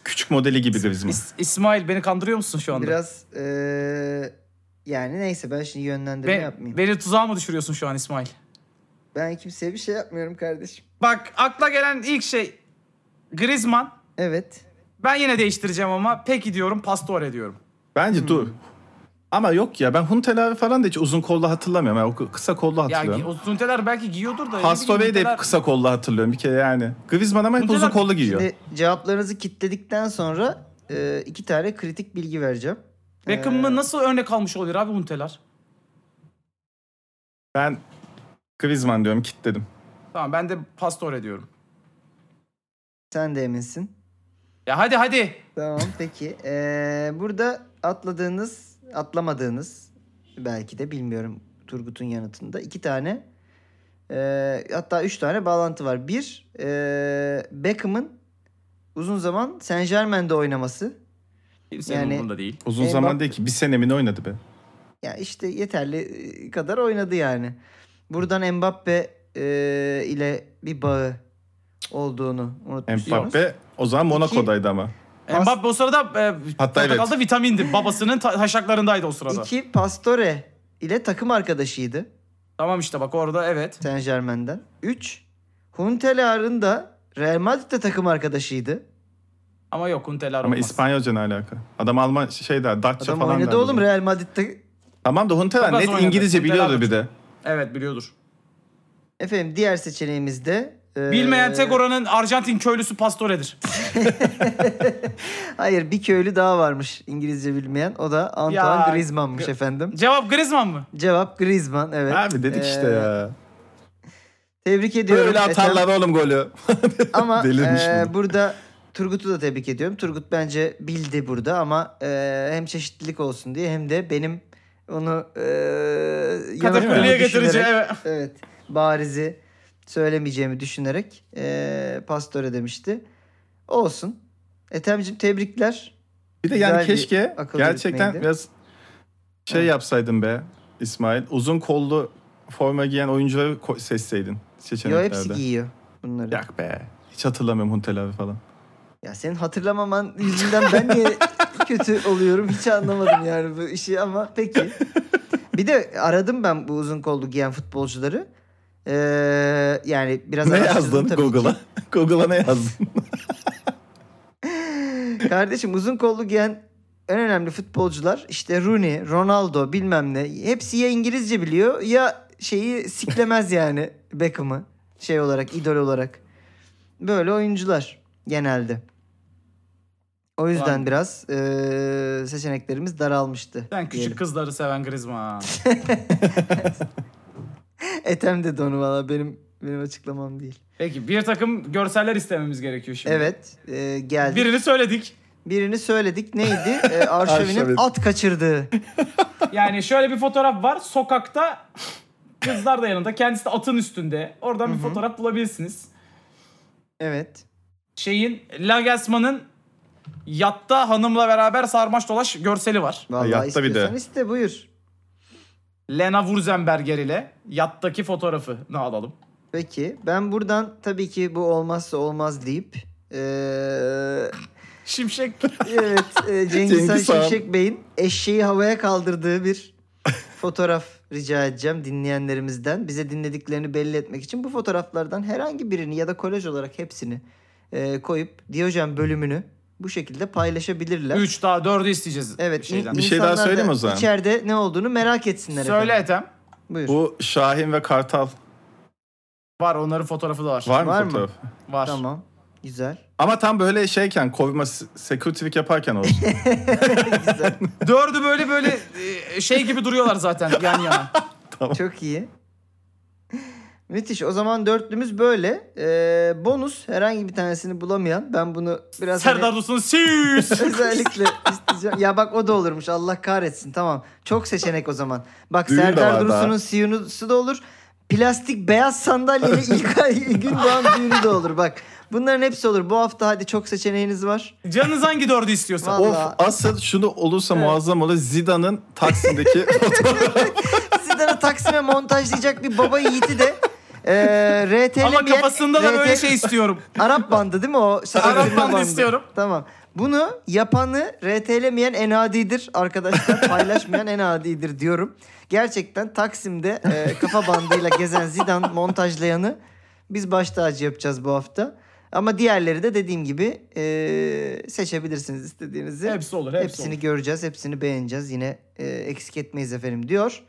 S3: Küçük modeli gibi Griezmann.
S2: İs- İsmail beni kandırıyor musun şu anda?
S1: Biraz e, yani neyse ben şimdi
S2: Be-
S1: yönlendirme yapmayayım.
S2: beni tuzağa mı düşürüyorsun şu an İsmail?
S1: ben kimseye bir şey yapmıyorum kardeşim.
S2: Bak akla gelen ilk şey Griezmann.
S1: Evet.
S2: Ben yine değiştireceğim ama peki diyorum Pastore diyorum.
S3: Bence
S2: Hmm.
S3: dur. Ama yok ya ben Huntelaar'ı falan da hiç uzun kollu hatırlamıyorum. Yani o kı- kısa kollu
S2: Ya
S3: hatırlıyorum.
S2: gi- o Zunteler belki giyiyordur da.
S3: Pasto Bey de hep kısa kollu hatırlıyorum bir kere yani. Griezmann ama hep uzun
S2: Huntelar-
S3: kollu giyiyor.
S1: Şimdi cevaplarınızı kitledikten sonra e, iki tane kritik bilgi vereceğim.
S2: Beckham'ı
S1: Ee,
S2: nasıl örnek almış oluyor abi Hunteler?
S3: Ben Griezmann diyorum kitledim.
S2: Tamam ben de Pastore diyorum.
S1: Sen de eminsin.
S2: Ya hadi hadi.
S1: Tamam peki. Ee, burada atladığınız, atlamadığınız belki de bilmiyorum Turgut'un yanıtında iki tane ee, hatta üç tane bağlantı var. Bir ee, Beckham'ın uzun zaman Saint Germain'de oynaması.
S2: Kimsenin
S1: Yani-
S2: umurunda değil.
S3: Uzun
S1: Mbappe-
S3: zaman değil ki bir senemini oynadı be.
S1: Ya işte yeterli e, kadar oynadı yani. Buradan Mbappe ee, ile bir bağı olduğunu unutmuşsunuz.
S3: Mbappe o zaman Monaco'daydı ama.
S2: Mbappe o sırada e,
S3: Hatta evet.
S2: portakalda vitamindi. Babasının ta- taşaklarındaydı o sırada.
S1: İki Pastore ile takım arkadaşıydı.
S2: Tamam işte bak orada evet.
S1: Saint Germain'den. 3. Huntelaar'ın da Real Madrid'de takım arkadaşıydı.
S2: Ama yok Huntelar
S3: Ama
S2: olmaz.
S3: İspanyolca ne alaka? Adam Alman şey der, Datça
S1: Adam
S3: falan
S1: oynadı
S3: derdi.
S1: oğlum Real Madrid'de.
S3: Tamam da Huntelaar
S2: Çok az
S3: net
S2: oynadı.
S3: İngilizce
S2: Huntelaar
S3: biliyordu
S2: da
S3: bir de.
S2: Evet biliyordur.
S1: Efendim diğer seçeneğimiz de... e,
S2: Bilmeyen tek oranın Arjantin köylüsü Pastore'dir.
S1: Hayır bir köylü daha varmış İngilizce bilmeyen. O da Antoine
S2: Ya,
S1: Griezmann'mış efendim.
S2: Cevap Griezmann mı?
S1: Cevap Griezmann evet.
S3: Abi dedik
S1: E,
S3: işte ya.
S1: Tebrik ediyorum.
S3: Böyle
S1: Ethem.
S3: atarlar oğlum golü.
S1: Ama
S3: Delirmiş
S1: e,
S3: bu.
S1: burada Turgut'u da tebrik ediyorum. Turgut bence bildi burada ama e, hem çeşitlilik olsun diye hem de benim onu e, yanıltmadığımı
S2: Katapüllüye getireceği
S1: düşünerek-
S2: evet.
S1: evet barizi söylemeyeceğimi düşünerek eee pastöre demişti. Olsun. Ethem'cim tebrikler.
S3: Bir de
S1: Güzel
S3: yani
S1: bir
S3: keşke
S1: akıl
S3: gerçekten
S1: yürütmeydi.
S3: biraz şey yapsaydın be İsmail. Uzun kollu forma giyen oyuncuları ko- seçseydin
S1: Yo
S3: seçeneklerde.
S1: hepsi giyiyor bunları. Ya.
S3: Yak be. Hiç hatırlamıyorum Huntelaar'ı falan.
S1: senin hatırlamaman yüzünden ben niye kötü oluyorum hiç anlamadım yani bu işi ama peki. Bir de aradım ben bu uzun kollu giyen futbolcuları. Eee, yani biraz
S3: Ne
S1: araştırdım
S3: yazdın
S1: tabii ki.
S3: Google'a? Google'a ne yazdın?
S1: Kardeşim uzun kollu giyen en önemli futbolcular işte Rooney, Ronaldo bilmem ne. Hepsi ya İngilizce biliyor ya şeyi siklemez yani Beckham'ı şey olarak idol olarak. Böyle oyuncular genelde. O yüzden
S2: Ulan.
S1: biraz eee, seçeneklerimiz daralmıştı.
S2: Sen küçük
S1: diyelim.
S2: kızları seven Griezmann.
S1: Etem dedi onu valla benim benim açıklamam değil.
S2: Peki bir takım görseller istememiz gerekiyor şimdi.
S1: Evet eee, geldi.
S2: Birini söyledik.
S1: Birini söyledik neydi? Eee, Arşavin'in
S3: Arşavin.
S1: at kaçırdığı.
S2: Yani şöyle bir fotoğraf var. Sokakta kızlar da yanında. Kendisi de atın üstünde. Oradan bir fotoğraf bulabilirsiniz.
S1: Evet.
S2: şeyin Lagelsmann'ın yatta hanımla beraber sarmaş dolaş görseli var.
S1: Vallahi
S3: Hayatta bir de.
S1: istiyorsan iste buyur.
S2: Lena Wurzenberger ile yattaki fotoğrafını alalım.
S1: Peki ben buradan tabii ki bu olmazsa olmaz deyip eee,
S2: Şimşek.
S1: evet eee, Cengiz Han
S3: Cengiz Han.
S1: Şimşek Bey'in eşeği havaya kaldırdığı bir fotoğraf rica edeceğim dinleyenlerimizden. Bize dinlediklerini belli etmek için bu fotoğraflardan herhangi birini ya da kolaj olarak hepsini eee, koyup Diyojen bölümünü bu şekilde paylaşabilirler.
S2: 3 daha 4'ü isteyeceğiz.
S1: Evet.
S2: Şeyden.
S1: in-
S3: Bir şey daha
S1: insanlar da
S3: söyleyeyim o zaman.
S1: İçeride ne olduğunu merak etsinler
S2: Söyle
S1: efendim.
S2: Ethem.
S1: Buyur.
S3: Bu Şahin ve Kartal
S2: Var onların fotoğrafı da var.
S3: var mı
S1: Var mı?
S3: fotoğraf?
S2: Var.
S1: Tamam. Güzel.
S3: Ama tam böyle şeyken Kovima s- security'lik yaparken olsun.
S1: Güzel.
S2: Dördü böyle böyle e, şey gibi duruyorlar zaten yan yana.
S1: Çok iyi. Müthiş. O zaman dörtlümüz böyle. Ee, bonus herhangi bir tanesini bulamayan. Ben bunu biraz hani
S2: Serdar Dursun süs.
S1: özellikle isteyeceğim. Ya bak o da olurmuş. Allah kahretsin. Tamam. Çok seçenek o zaman. Bak
S3: Düğün de
S1: Serdar
S3: var daha.
S1: Dursun'un siyunusu da olur. Plastik beyaz sandalyeli İlkay Gündoğan düğünü de olur. Bak bunların hepsi olur. Bu hafta hadi çok seçeneğiniz var.
S2: Canınız hangi dördü istiyorsa.
S1: Vallahi.
S3: of asıl şunu olursa muazzam olur. Zidane'ın Taksim'deki fotoğraf.
S1: Sizlere Taksim'e montajlayacak bir baba yiğiti de e, RT'lemeyen...
S2: Ama kafasında da böyle
S1: RT
S2: şey istiyorum.
S1: Arap bandı değil mi o?
S2: Arap
S1: Sezer'in
S2: bandı istiyorum.
S1: Tamam. Bunu yapanı RT'lemeyen en adidir arkadaşlar. Paylaşmayan en adidir diyorum. Gerçekten Taksim'de e, kafa bandıyla gezen Zidane montajlayanı biz baş tacı yapacağız bu hafta. Ama diğerleri de dediğim gibi e, seçebilirsiniz istediğinizi.
S2: Hepsi olur. Hepsi
S1: hepsini
S2: olur.
S1: göreceğiz, hepsini beğeneceğiz. Yine e, eksik etmeyiz efendim diyor.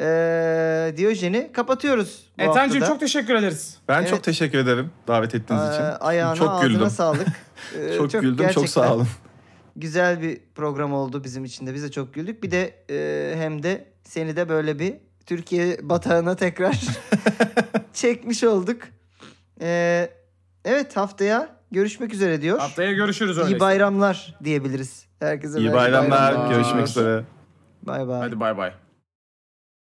S1: E, Diyojen'i kapatıyoruz bu
S2: Ethancığım
S1: haftada.
S2: çok teşekkür ederiz.
S3: Ben
S1: Evet.
S3: çok teşekkür ederim davet ettiğiniz
S1: Ee,
S3: için.
S1: Ayağına
S3: çok
S1: ağzına
S3: güldüm.
S1: sağlık. Ee,
S3: Çok, güldüm.
S1: gerçekten
S3: Çok sağ olun.
S1: Güzel bir program oldu bizim için de. Biz de çok güldük. Bir de e, hem de seni de böyle bir Türkiye batağına tekrar çekmiş olduk. Ee, evet haftaya görüşmek üzere diyor.
S2: Haftaya görüşürüz öyle.
S1: İyi bayramlar diyebiliriz. Herkese
S3: İyi
S1: belki
S3: bayramlar.
S2: bayramlar.
S3: Görüşmek üzere.
S1: Bay bay.
S2: Hadi bay bay.